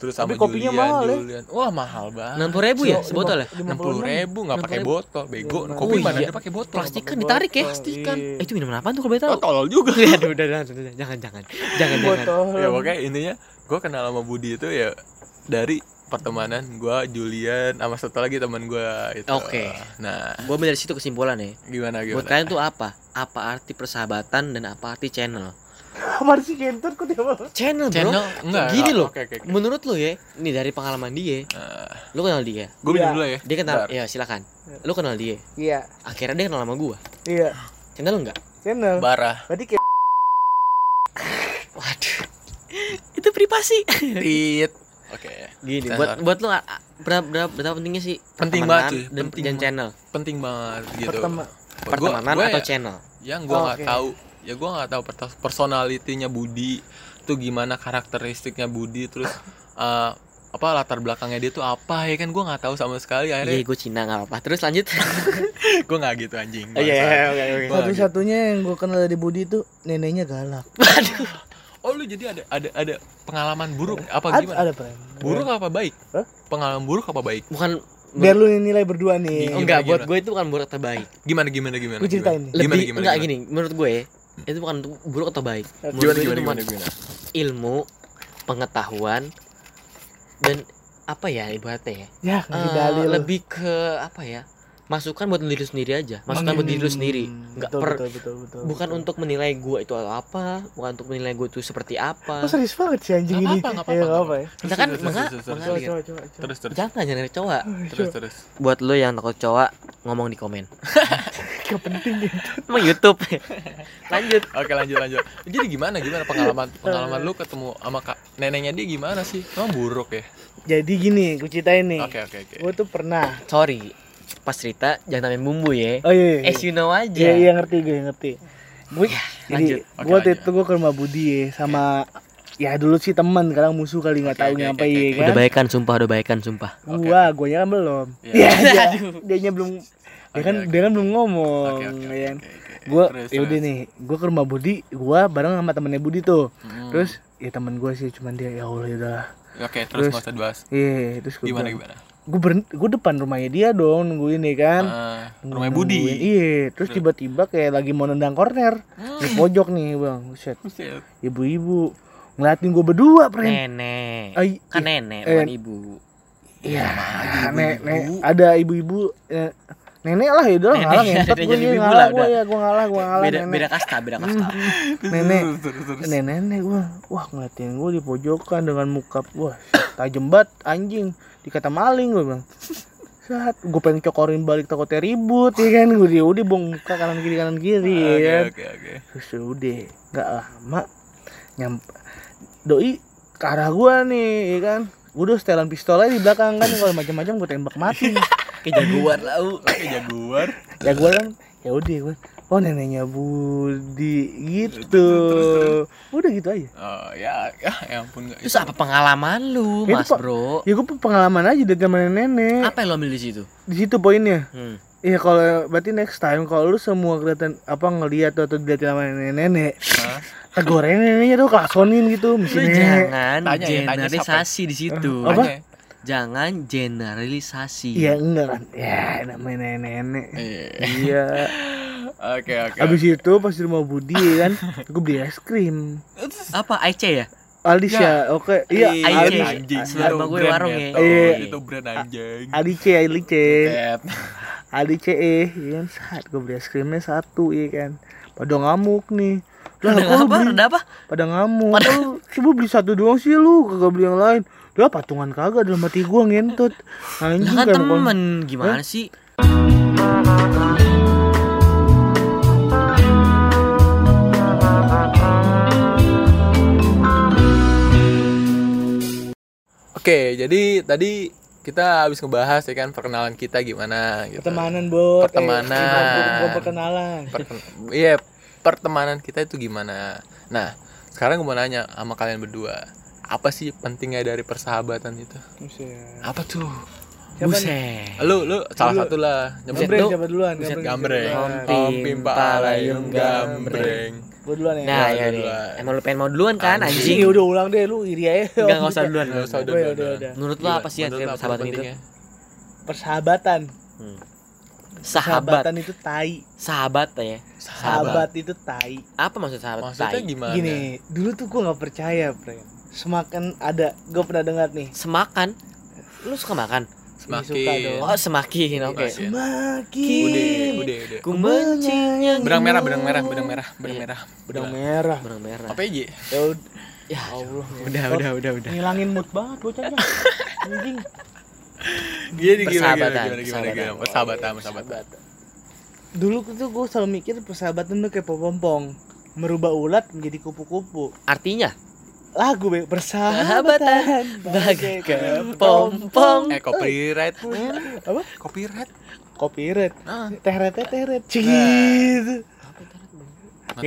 [SPEAKER 2] Terus sama
[SPEAKER 1] Tapi kopinya
[SPEAKER 2] Julian,
[SPEAKER 1] mahal ya.
[SPEAKER 2] Julian. Wah mahal banget.
[SPEAKER 3] Enam puluh ribu ya
[SPEAKER 1] Cok,
[SPEAKER 3] sebotol ya?
[SPEAKER 1] lima-
[SPEAKER 2] enam puluh ribu nggak pakai
[SPEAKER 3] 60.000.
[SPEAKER 2] botol, bego.
[SPEAKER 1] Lima-
[SPEAKER 2] Kopi
[SPEAKER 3] Oh,
[SPEAKER 2] mana
[SPEAKER 3] iya.
[SPEAKER 2] ada pakai botol?
[SPEAKER 3] Plastik kan ditarik ya?
[SPEAKER 1] Plastik
[SPEAKER 3] Plastik
[SPEAKER 1] kan.
[SPEAKER 3] kan.
[SPEAKER 1] Iya.
[SPEAKER 3] Eh, itu minum apaan tuh kalau boleh tahu?
[SPEAKER 2] Oh, tolol juga.
[SPEAKER 3] Aduh, udah, udah, langsung, udah, jangan, jangan, jangan, jangan.
[SPEAKER 1] Botol.
[SPEAKER 2] ya pokoknya intinya gue kenal sama Budi itu ya dari pertemanan gue Julian sama satu lagi teman gue itu
[SPEAKER 3] Oke.
[SPEAKER 2] nah
[SPEAKER 3] Gue ambil dari situ kesimpulan ya.
[SPEAKER 2] gimana gimana
[SPEAKER 3] Buat kalian tuh apa? Apa arti persahabatan dan apa arti channel?
[SPEAKER 1] Kamar si kentut kok dia mau.
[SPEAKER 3] Channel, bro.
[SPEAKER 2] channel enggak
[SPEAKER 3] Gini loh.
[SPEAKER 2] oke oke
[SPEAKER 3] Menurut lo ya, ini dari pengalaman dia, lo kenal
[SPEAKER 2] gue
[SPEAKER 3] dia,
[SPEAKER 1] Iya.
[SPEAKER 2] Nah, minum dulu ya
[SPEAKER 3] dia kenal,
[SPEAKER 2] Bentar.
[SPEAKER 3] ya silakan. Lo kenal dia,
[SPEAKER 1] Iya,
[SPEAKER 3] akhirnya dia kenal sama gue.
[SPEAKER 1] iya.
[SPEAKER 3] Channel enggak?
[SPEAKER 1] Channel.
[SPEAKER 2] Eh, barah
[SPEAKER 1] Berarti kayak
[SPEAKER 3] Waduh, itu privasi.
[SPEAKER 2] tit oke
[SPEAKER 3] Gini,
[SPEAKER 2] Channel.
[SPEAKER 3] buat buat lo a- a- berapa berapa, berapa pentingnya sih
[SPEAKER 2] Penting
[SPEAKER 3] pertemanan
[SPEAKER 2] banget sih,
[SPEAKER 3] dan,
[SPEAKER 2] penting
[SPEAKER 3] dan
[SPEAKER 2] banget.
[SPEAKER 3] channel,
[SPEAKER 2] penting banget gitu
[SPEAKER 1] pertama.
[SPEAKER 2] Gua-
[SPEAKER 3] pertemanan
[SPEAKER 2] gua
[SPEAKER 3] atau
[SPEAKER 2] ya-
[SPEAKER 3] channel?
[SPEAKER 2] yang gue nggak
[SPEAKER 1] Oke.
[SPEAKER 2] tahu ya gue nggak tahu pertas- personalitinya Budi tuh gimana karakteristiknya Budi terus eh, apa latar belakangnya dia tuh apa ya kan gue nggak tahu sama sekali
[SPEAKER 3] Iya,
[SPEAKER 2] akhirnya
[SPEAKER 3] gue Cina nggak apa-apa. Terus lanjut.
[SPEAKER 2] gue nggak gitu anjing bangsat.
[SPEAKER 3] Iya, oke,
[SPEAKER 2] Gua
[SPEAKER 3] oke.
[SPEAKER 2] nggak gitu.
[SPEAKER 1] Satu-satunya yang gue kenal dari Budi itu neneknya galak.
[SPEAKER 2] Oh lu jadi ada ada ada pengalaman buruk apa
[SPEAKER 1] Ada,
[SPEAKER 2] gimana?
[SPEAKER 1] ada pren.
[SPEAKER 2] Buruk apa baik?
[SPEAKER 1] Hah?
[SPEAKER 2] Pengalaman buruk apa baik?
[SPEAKER 3] Bukan
[SPEAKER 1] Biar lu nilai berdua nih. Oh,
[SPEAKER 2] Gimana,
[SPEAKER 3] enggak buat
[SPEAKER 2] gimana?
[SPEAKER 3] gue itu bukan buruk atau baik.
[SPEAKER 2] Gimana gimana gimana?
[SPEAKER 1] Gua ceritain
[SPEAKER 2] gimana?
[SPEAKER 1] nih.
[SPEAKER 3] Lebih
[SPEAKER 2] Gimana gimana?
[SPEAKER 3] enggak
[SPEAKER 2] gimana?
[SPEAKER 3] gini menurut gue itu bukan buruk atau baik. Menurut
[SPEAKER 2] Gimana
[SPEAKER 3] gue itu
[SPEAKER 2] gimana
[SPEAKER 3] cuma
[SPEAKER 2] gimana? gimana?
[SPEAKER 3] ilmu, pengetahuan dan apa ya ibaratnya ya?
[SPEAKER 1] Ya, ngasih
[SPEAKER 3] Eh,
[SPEAKER 1] dalil.
[SPEAKER 3] lebih ke apa ya? Masukan buat diri lu sendiri aja. Masukan buat diri lu sendiri.
[SPEAKER 1] Hmm,
[SPEAKER 3] Enggak
[SPEAKER 1] betul,
[SPEAKER 3] per
[SPEAKER 1] betul, betul, betul,
[SPEAKER 3] bukan
[SPEAKER 1] betul.
[SPEAKER 3] untuk menilai gue itu apa, bukan untuk menilai gue itu seperti apa.
[SPEAKER 1] Oh, serius banget sih anjing
[SPEAKER 2] Nggak
[SPEAKER 1] ini.
[SPEAKER 2] apa-apa, nggak
[SPEAKER 1] Iya,
[SPEAKER 2] apa-apa,
[SPEAKER 1] nggak apa ya.
[SPEAKER 2] Terus,
[SPEAKER 3] Kita kan
[SPEAKER 2] terus,
[SPEAKER 3] menga-
[SPEAKER 2] terus, terus,
[SPEAKER 1] Coba,
[SPEAKER 3] mengalir.
[SPEAKER 1] coba, coba, coba.
[SPEAKER 2] terus terus
[SPEAKER 3] Jangan nyari cowok.
[SPEAKER 2] terus terus.
[SPEAKER 3] Buat lo yang takut cowok ngomong di komen.
[SPEAKER 1] Nggak penting ya.
[SPEAKER 3] Emang YouTube. Lanjut.
[SPEAKER 2] Oke lanjut lanjut. Jadi gimana gimana pengalaman pengalaman
[SPEAKER 1] Eh.
[SPEAKER 2] lu ketemu sama kak neneknya dia gimana sih? Emang buruk ya?
[SPEAKER 1] Jadi gini, gue ceritain nih. Iya.
[SPEAKER 2] Oke oke oke.
[SPEAKER 1] Gue tuh pernah.
[SPEAKER 3] Sorry. Pas cerita jangan tambahin bumbu ya.
[SPEAKER 1] Oh iya. iya, iya.
[SPEAKER 3] As you know aja.
[SPEAKER 1] Iya iya ngerti gue ngerti. Gue
[SPEAKER 3] lanjut.
[SPEAKER 1] jadi
[SPEAKER 2] Oke,
[SPEAKER 1] gue waktu
[SPEAKER 2] Iya, lanjut.
[SPEAKER 1] itu gue ke rumah Budi ya, sama ya dulu sih teman kadang musuh kali nggak
[SPEAKER 2] Oke,
[SPEAKER 1] tahu
[SPEAKER 2] oke,
[SPEAKER 1] nyampe
[SPEAKER 2] oke,
[SPEAKER 1] ya
[SPEAKER 2] oke.
[SPEAKER 1] kan.
[SPEAKER 3] Udah baikan sumpah, udah baikan sumpah.
[SPEAKER 2] Oke,
[SPEAKER 1] Gua gue kan belum.
[SPEAKER 2] Iya.
[SPEAKER 1] Iya dia dianya belum dia
[SPEAKER 2] Oke,
[SPEAKER 1] kan
[SPEAKER 2] oke.
[SPEAKER 1] dia kan belum ngomong.
[SPEAKER 2] Oke oke.
[SPEAKER 1] ya kan.
[SPEAKER 2] oke, oke.
[SPEAKER 1] Gue
[SPEAKER 2] Terus,
[SPEAKER 1] yaudah
[SPEAKER 2] terus.
[SPEAKER 1] nih gue ke rumah Budi gue bareng sama temennya Budi tuh.
[SPEAKER 2] Hmm.
[SPEAKER 1] Terus ya temen gue sih cuman dia ya Allah ya udahlah.
[SPEAKER 2] Oke terus
[SPEAKER 1] terus.
[SPEAKER 2] nggak usah dibahas.
[SPEAKER 1] Iya terus gue
[SPEAKER 2] Gimana gimana?
[SPEAKER 1] gue gue depan rumahnya dia dong nungguin ya kan.
[SPEAKER 2] Ah, rumah
[SPEAKER 1] Nungguin,
[SPEAKER 2] Budi.
[SPEAKER 1] Iya, terus
[SPEAKER 3] Nah.
[SPEAKER 1] tiba-tiba kayak lagi mau nendang corner.
[SPEAKER 3] Hmm.
[SPEAKER 1] Di pojok nih, Bang. Buset.
[SPEAKER 2] Buset.
[SPEAKER 1] ibu-ibu ngeliatin gue berdua, Pren.
[SPEAKER 3] Nenek.
[SPEAKER 1] Ay,
[SPEAKER 3] Kan
[SPEAKER 1] i-
[SPEAKER 3] nenek,
[SPEAKER 1] eh.
[SPEAKER 3] bukan ibu.
[SPEAKER 1] Iya, nek, nek, ada ibu-ibu eh, nenek lah ya udah
[SPEAKER 3] Nenek,
[SPEAKER 1] ngalah ya.
[SPEAKER 3] ada
[SPEAKER 1] Gue
[SPEAKER 3] jadi ibu
[SPEAKER 1] ngalah
[SPEAKER 3] lah,
[SPEAKER 1] gue
[SPEAKER 3] udah.
[SPEAKER 1] ya, gue ngalah, gue ngalah
[SPEAKER 3] Beda beda
[SPEAKER 1] nenek.
[SPEAKER 3] kasta, beda kasta.
[SPEAKER 1] Nenek,
[SPEAKER 2] Terus, terus, terus.
[SPEAKER 1] nenek, nenek gue, wah ngeliatin gue di pojokan dengan muka, wah tajem banget anjing, dikata maling gue bang. Saat gue pengen cokorin balik takutnya ribut, ya kan gue dia udah bong muka kanan kiri kanan kiri,
[SPEAKER 3] Ah,
[SPEAKER 1] ya
[SPEAKER 2] Oke
[SPEAKER 1] kan.
[SPEAKER 2] oke oke.
[SPEAKER 1] Terus ya udah nggak lama nyampe doi ke arah gua nih ya kan udah setelan pistol aja di belakang kan kalau macam-macam gue tembak mati
[SPEAKER 2] Kayak jaguar lah, lu. Kayak jaguar.
[SPEAKER 1] ya gue kan ya udah gue oh neneknya Budi gitu udah gitu aja
[SPEAKER 2] Oh, ya, ya, ya ampun enggak.
[SPEAKER 3] Terus apa pengalaman lu,
[SPEAKER 1] Itu,
[SPEAKER 3] Mas
[SPEAKER 1] Pak.
[SPEAKER 3] Bro?
[SPEAKER 1] ya gue pengalaman aja dari temen nenek
[SPEAKER 3] Apa yang lo ambil di situ?
[SPEAKER 1] di situ poinnya
[SPEAKER 3] Hmm.
[SPEAKER 1] Iya kalau berarti next time kalau lu semua kelihatan apa ngelihat atau dilihatin sama nenek-nenek
[SPEAKER 2] Hah?
[SPEAKER 1] tegurin neneknya tuh klasonin gitu
[SPEAKER 3] Lu
[SPEAKER 1] mesti
[SPEAKER 3] jangan
[SPEAKER 2] Tanya ya, tanya
[SPEAKER 3] generalisasi di situ.
[SPEAKER 1] Apa?
[SPEAKER 2] Tanya.
[SPEAKER 3] Jangan generalisasi.
[SPEAKER 1] Iya enggak kan ya namanya nenek-nenek
[SPEAKER 2] Iya.
[SPEAKER 1] iya
[SPEAKER 2] Oke, oke.
[SPEAKER 1] Abis itu pas di rumah Budi ya kan, gue beli es krim.
[SPEAKER 3] Apa IC ya?
[SPEAKER 1] Aldis ya, oke. Iya,
[SPEAKER 2] Ih,
[SPEAKER 3] Ayo,
[SPEAKER 1] Aldis.
[SPEAKER 3] Ayo.
[SPEAKER 2] anjing.
[SPEAKER 3] Sebelum
[SPEAKER 2] Itu
[SPEAKER 3] rumah gue
[SPEAKER 2] brand
[SPEAKER 3] warung ya.
[SPEAKER 2] metal,
[SPEAKER 1] Iya.
[SPEAKER 2] Itu brand anjing.
[SPEAKER 1] Alice, Alice,
[SPEAKER 2] Tet.
[SPEAKER 1] Alice, eh, iya kan saat gue beli es krimnya satu, iya kan. Pada ngamuk nih. Lah,
[SPEAKER 3] Udah
[SPEAKER 1] kok lu
[SPEAKER 3] apa?
[SPEAKER 1] beli?
[SPEAKER 3] Udah apa?
[SPEAKER 1] Pada ngamuk. Pada... Coba beli satu doang sih lu, kagak beli yang lain. Lah patungan kagak dalam hati gua ngentut.
[SPEAKER 3] Lah
[SPEAKER 1] Anjing kan
[SPEAKER 3] kan temen gimana sih?
[SPEAKER 2] Oke, jadi tadi kita habis ngebahas ya kan perkenalan kita gimana gitu.
[SPEAKER 1] Pertemanan, Bot.
[SPEAKER 2] Pertemanan.
[SPEAKER 1] gua perkenalan.
[SPEAKER 2] Perken- Iya, pertemanan kita itu gimana? Nah, sekarang gue mau nanya sama kalian berdua. Apa sih pentingnya dari persahabatan itu?
[SPEAKER 1] Buset.
[SPEAKER 2] Apa tuh?
[SPEAKER 1] Siapa nih?
[SPEAKER 3] Buset.
[SPEAKER 2] Lu lu salah
[SPEAKER 1] Lu-
[SPEAKER 2] satu lah.
[SPEAKER 1] Gambreng,
[SPEAKER 2] Nyebut
[SPEAKER 1] siapa duluan?
[SPEAKER 2] Buset,
[SPEAKER 1] siapa
[SPEAKER 2] gambreng.
[SPEAKER 1] duluan?
[SPEAKER 3] Om
[SPEAKER 2] Om
[SPEAKER 3] Pim
[SPEAKER 2] Palayung
[SPEAKER 3] Palayung
[SPEAKER 2] Gambreng.
[SPEAKER 1] Gua duluan ya.
[SPEAKER 3] Nah,
[SPEAKER 2] Duluan,
[SPEAKER 3] ya
[SPEAKER 2] duluan.
[SPEAKER 3] deh. Emang lu pengen mau duluan kan
[SPEAKER 1] Anjing,
[SPEAKER 2] Iya,
[SPEAKER 3] anjing?
[SPEAKER 1] ya udah ulang deh lu iri aja.
[SPEAKER 3] Enggak enggak usah duluan.
[SPEAKER 2] Nggak usah,
[SPEAKER 1] Udah,
[SPEAKER 2] udah,
[SPEAKER 1] udah,
[SPEAKER 2] udah.
[SPEAKER 1] udah.
[SPEAKER 3] Menurut lu
[SPEAKER 2] Gimana?
[SPEAKER 3] apa sih
[SPEAKER 2] Iya, Menurut
[SPEAKER 3] artinya
[SPEAKER 2] lu apa
[SPEAKER 3] persahabatan itu?
[SPEAKER 2] pentingnya?
[SPEAKER 1] Persahabatan.
[SPEAKER 3] Sahabat,
[SPEAKER 1] Persahabatan itu tai.
[SPEAKER 3] sahabat ya.
[SPEAKER 1] Sahabat itu tai.
[SPEAKER 3] Apa maksud sahabat?
[SPEAKER 2] Maksudnya
[SPEAKER 3] tai?
[SPEAKER 2] gimana?
[SPEAKER 1] Gini, dulu tuh gua nggak percaya, Pren. Semakin ada, gua pernah dengar nih.
[SPEAKER 3] Semakan. Lu suka makan?
[SPEAKER 1] Suka
[SPEAKER 2] Semakin.
[SPEAKER 1] dong.
[SPEAKER 3] Oh, semakin. Oke.
[SPEAKER 2] Semakin. Iya, Udah,
[SPEAKER 1] Semakin
[SPEAKER 2] udah, udah.
[SPEAKER 3] Ku mencinya
[SPEAKER 2] Benang merah, benang merah, benang merah, benang merah.
[SPEAKER 1] Udah Iya. merah.
[SPEAKER 3] Benang merah.
[SPEAKER 2] Apa Oh. aja?
[SPEAKER 1] Ya ud-
[SPEAKER 3] Ya,
[SPEAKER 1] Allah.
[SPEAKER 3] udah, udah, udah, udah.
[SPEAKER 1] Ngilangin mood banget bocahnya. Anjing.
[SPEAKER 2] Gini, gini,
[SPEAKER 3] Persahabatan,
[SPEAKER 2] gimana, gimana, gimana,
[SPEAKER 3] persahabatan.
[SPEAKER 2] persahabatan, persahabatan. Eh,
[SPEAKER 1] Dulu tuh gua selalu mikir persahabatan tuh kayak pompong merubah ulat menjadi kupu-kupu.
[SPEAKER 3] Artinya
[SPEAKER 1] Lagu be persahabatan
[SPEAKER 3] Persahabatan bagai kepompong.
[SPEAKER 2] Eh, copyright. Eh,
[SPEAKER 1] apa
[SPEAKER 2] Copyright.
[SPEAKER 1] copyright
[SPEAKER 2] Ah.
[SPEAKER 1] teret teret
[SPEAKER 3] Nah.
[SPEAKER 1] gitu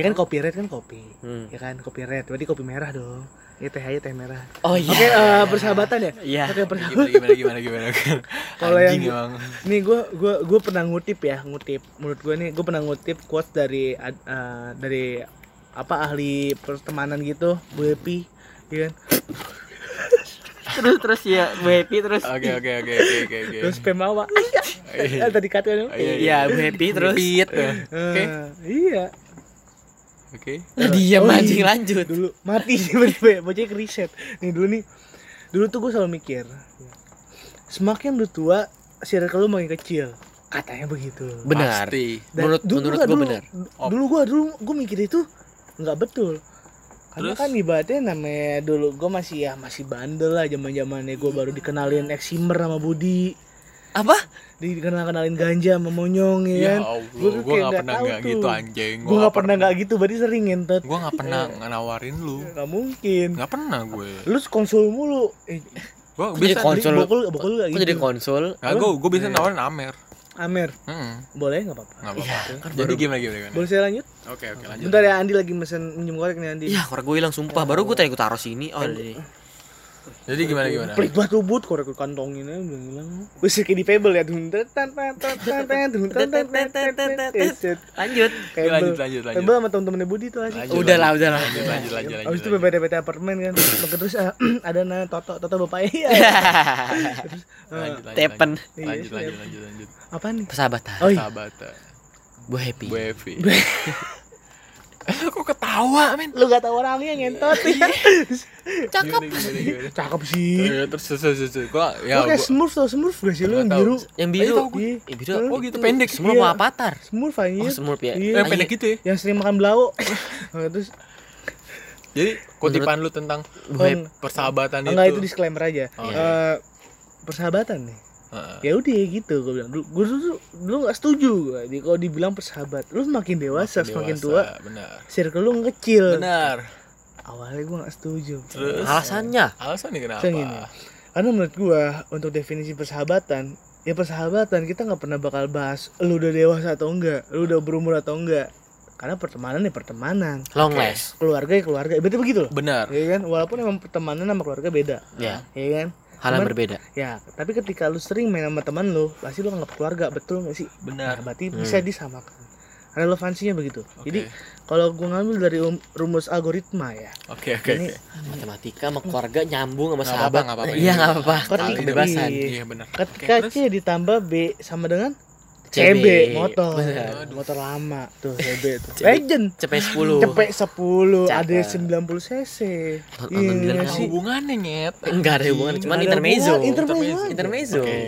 [SPEAKER 1] ya kan copyright kan kopi
[SPEAKER 3] Hmm.
[SPEAKER 1] ya kan copyright berarti kopi merah dong ya teh aja teh merah
[SPEAKER 3] Oh
[SPEAKER 1] oke eh,
[SPEAKER 3] iya.
[SPEAKER 1] persahabatan ya
[SPEAKER 3] Iya.
[SPEAKER 1] oke persahabatan
[SPEAKER 2] Gimana, gimana, gimana, gimana.
[SPEAKER 1] Kalau yang-
[SPEAKER 2] Anjing emang.
[SPEAKER 1] nih gue gua gua pernah ngutip ya ngutip menurut gue nih gue pernah ngutip quotes dari ad- eh, dari apa ahli pertemanan gitu Bu Epi ya kan
[SPEAKER 3] Terus terus ya, Bu Happy terus.
[SPEAKER 2] Oke, oke, oke, oke, oke, oke.
[SPEAKER 1] terus pemawa Eh, tadi kata dong
[SPEAKER 2] Iya,
[SPEAKER 3] Iya, Bu Happy terus.
[SPEAKER 2] Repeat. Oke,
[SPEAKER 1] Eh, iya
[SPEAKER 2] oke.
[SPEAKER 3] Lah, Diam
[SPEAKER 1] Oh,
[SPEAKER 3] anjing
[SPEAKER 1] iya.
[SPEAKER 3] lanjut.
[SPEAKER 1] dulu mati tiba-tiba ya, bocah ke riset nih dulu nih dulu tuh gue selalu mikir semakin lu tua circle lu makin kecil katanya begitu
[SPEAKER 3] Benar.
[SPEAKER 2] Pasti.
[SPEAKER 3] Menurut
[SPEAKER 1] dulu
[SPEAKER 3] menurut
[SPEAKER 1] nggak,
[SPEAKER 3] gua
[SPEAKER 1] dulu-
[SPEAKER 3] benar.
[SPEAKER 1] du- dulu gue dulu gue mikir itu nggak betul karena
[SPEAKER 2] Terus?
[SPEAKER 1] kan ibaratnya namanya dulu gue masih ya masih bandel lah zaman zamannya gue baru dikenalin eksimer sama Budi
[SPEAKER 3] Apa?
[SPEAKER 1] dikenal kenalin ganja sama monyong ya,
[SPEAKER 2] Ya
[SPEAKER 1] kan
[SPEAKER 2] Allah,
[SPEAKER 1] Gua tuh kayak
[SPEAKER 2] gua gak
[SPEAKER 1] nggak
[SPEAKER 2] pernah
[SPEAKER 1] tahu
[SPEAKER 2] gak
[SPEAKER 1] tuh.
[SPEAKER 2] gitu anjing.
[SPEAKER 1] gue nggak pernah nggak Iya. gitu berarti sering ngentot
[SPEAKER 2] Gue gak pernah nawarin lu.
[SPEAKER 1] nggak mungkin
[SPEAKER 2] Gak pernah gue.
[SPEAKER 1] lu konsul mulu eh,
[SPEAKER 2] Gue
[SPEAKER 3] Jadi
[SPEAKER 2] bisa
[SPEAKER 3] kon- Konsul-
[SPEAKER 1] bokul bokul nggak
[SPEAKER 3] Iya, Kok
[SPEAKER 1] gitu
[SPEAKER 3] jadi konsul?
[SPEAKER 2] Nah, gue
[SPEAKER 1] Iya.
[SPEAKER 2] gue bisa nawarin Amer.
[SPEAKER 1] Amer
[SPEAKER 2] Heeh.
[SPEAKER 1] boleh nggak apa-apa
[SPEAKER 2] Nggak apa-apa.
[SPEAKER 1] Oke.
[SPEAKER 2] Jadi gimana gimana? gimana?
[SPEAKER 1] boleh saya lanjut
[SPEAKER 2] Oke oke lanjut.
[SPEAKER 1] bentar ya Andi lagi mesen minjem korek nih Andi
[SPEAKER 3] Iya, korek gue hilang sumpah. Baru gue tadi gue taruh sini. Oh, ini.
[SPEAKER 2] Jadi gimana gimana?
[SPEAKER 1] pelit banget lu but korek lu kantongin aja udah hilang wes kayak di pebble ya dun tet, tet, tet, tet, tet, tet, dun, tet, tet, tet, tet, tet, tet, tet, tet.
[SPEAKER 3] Lanjut.
[SPEAKER 1] Eh,
[SPEAKER 2] Oke, lanjut
[SPEAKER 1] Pebble.
[SPEAKER 2] lanjut lanjut.
[SPEAKER 1] Pebble sama temen-temennya Budi tuh asik
[SPEAKER 2] Lanjut,
[SPEAKER 3] Udahlah,
[SPEAKER 2] lanjut.
[SPEAKER 3] udahlah.
[SPEAKER 2] Lanjut lanjut lanjut
[SPEAKER 1] Abis
[SPEAKER 2] lanjut.
[SPEAKER 1] itu
[SPEAKER 2] lanjut.
[SPEAKER 1] beda-beda apartemen kan Maka Terus eh, ada nah Toto Toto bapaknya iya
[SPEAKER 2] Lanjut, lanjut,
[SPEAKER 3] Tepen.
[SPEAKER 2] lanjut. Lanjut lanjut lanjut lanjut.
[SPEAKER 1] Apa nih?
[SPEAKER 3] Persahabatan.
[SPEAKER 1] Oh iya
[SPEAKER 2] Sahabat. eh,
[SPEAKER 3] Bu Happy.
[SPEAKER 2] Bu Evi. Eh, Kok ketawa men?
[SPEAKER 1] Lu gak tau orangnya ya, ngentot
[SPEAKER 3] Iya.
[SPEAKER 1] Iya.
[SPEAKER 3] Cakep.
[SPEAKER 2] Gimana, gimana, gimana?
[SPEAKER 1] Cakep sih
[SPEAKER 2] Eh, Terus terus terus terus. Gua
[SPEAKER 1] Lu
[SPEAKER 2] ya
[SPEAKER 1] kayak
[SPEAKER 2] gua-
[SPEAKER 1] smurf tau Smurf gak sih lu yang
[SPEAKER 2] Nggak tahu.
[SPEAKER 1] biru?
[SPEAKER 3] Yang
[SPEAKER 2] Eh,
[SPEAKER 3] biru.
[SPEAKER 2] tahu gue.
[SPEAKER 1] Iya
[SPEAKER 3] Eh, biru.
[SPEAKER 2] Oh gitu pendek.
[SPEAKER 3] Semua
[SPEAKER 1] Iya.
[SPEAKER 3] mau avatar.
[SPEAKER 1] Smurf aja
[SPEAKER 3] Oh, semurf ya.
[SPEAKER 1] Iya.
[SPEAKER 2] Eh,
[SPEAKER 3] Anjing.
[SPEAKER 2] pendek gitu ya.
[SPEAKER 1] yang sering makan belau Nah, terus
[SPEAKER 2] Jadi kutipan lu tentang
[SPEAKER 1] em,
[SPEAKER 2] persahabatan itu.
[SPEAKER 1] enggak itu disclaimer aja
[SPEAKER 2] gitu. Oh,
[SPEAKER 1] Eh,
[SPEAKER 2] iya. Oh.
[SPEAKER 1] persahabatan nih
[SPEAKER 2] Heeh.
[SPEAKER 1] ya udah gitu gue bilang dulu gue dulu dulu nggak setuju gue Di- kalau dibilang persahabat lu semakin dewasa semakin tua
[SPEAKER 2] Dewasa, Benar.
[SPEAKER 1] circle lu ngekecil
[SPEAKER 2] Benar.
[SPEAKER 1] awalnya gue nggak setuju
[SPEAKER 2] Terus
[SPEAKER 3] Alasannya
[SPEAKER 2] alasan nih
[SPEAKER 1] Saya gini.
[SPEAKER 2] kenapa?
[SPEAKER 1] karena menurut gua untuk definisi persahabatan ya persahabatan kita nggak pernah bakal bahas lu udah dewasa atau enggak lu udah berumur atau enggak karena pertemanan ya pertemanan
[SPEAKER 6] long last
[SPEAKER 1] keluarga ya keluarga berarti begitu loh
[SPEAKER 2] benar
[SPEAKER 1] ya kan walaupun emang pertemanan sama keluarga beda
[SPEAKER 6] ya
[SPEAKER 1] ya kan
[SPEAKER 6] hal yang
[SPEAKER 1] Cuman-
[SPEAKER 6] berbeda
[SPEAKER 1] ya tapi ketika lu sering main sama teman lu pasti lu nganggap keluarga betul nggak sih
[SPEAKER 2] benar
[SPEAKER 1] Nah, berarti
[SPEAKER 6] Hmm.
[SPEAKER 1] bisa disamakan relevansinya begitu jadi
[SPEAKER 2] jadi
[SPEAKER 1] kalau gua ngambil dari um- rumus algoritma ya
[SPEAKER 2] oke oke
[SPEAKER 1] ini
[SPEAKER 2] oke.
[SPEAKER 6] matematika sama keluarga nyambung sama
[SPEAKER 2] Nggak
[SPEAKER 6] sahabat
[SPEAKER 2] apa-apa, nggak apa-apa.
[SPEAKER 6] iya nggak apa-apa
[SPEAKER 1] Ketika-
[SPEAKER 6] kebebasan
[SPEAKER 1] Iya.
[SPEAKER 2] iya benar
[SPEAKER 1] ketika
[SPEAKER 2] Oke, terus?
[SPEAKER 1] C ditambah B sama dengan
[SPEAKER 6] CB.
[SPEAKER 1] CB motor
[SPEAKER 6] Bener.
[SPEAKER 1] Aduh. motor lama tuh CB tuh
[SPEAKER 6] CB.
[SPEAKER 1] legend
[SPEAKER 6] cepet 10
[SPEAKER 1] cepet 10 ada
[SPEAKER 6] Cakep.
[SPEAKER 1] 90 cc
[SPEAKER 6] Nonton kan?
[SPEAKER 1] Iya,
[SPEAKER 6] gila
[SPEAKER 1] nggak
[SPEAKER 2] Ada
[SPEAKER 1] sih?
[SPEAKER 2] hubungannya nyet
[SPEAKER 6] Enggak ada
[SPEAKER 2] Anjing.
[SPEAKER 6] hubungannya, cuman
[SPEAKER 1] Ada
[SPEAKER 6] intermezzo.
[SPEAKER 1] hubungan, intermezzo aja.
[SPEAKER 6] Intermezzo.
[SPEAKER 1] Oke.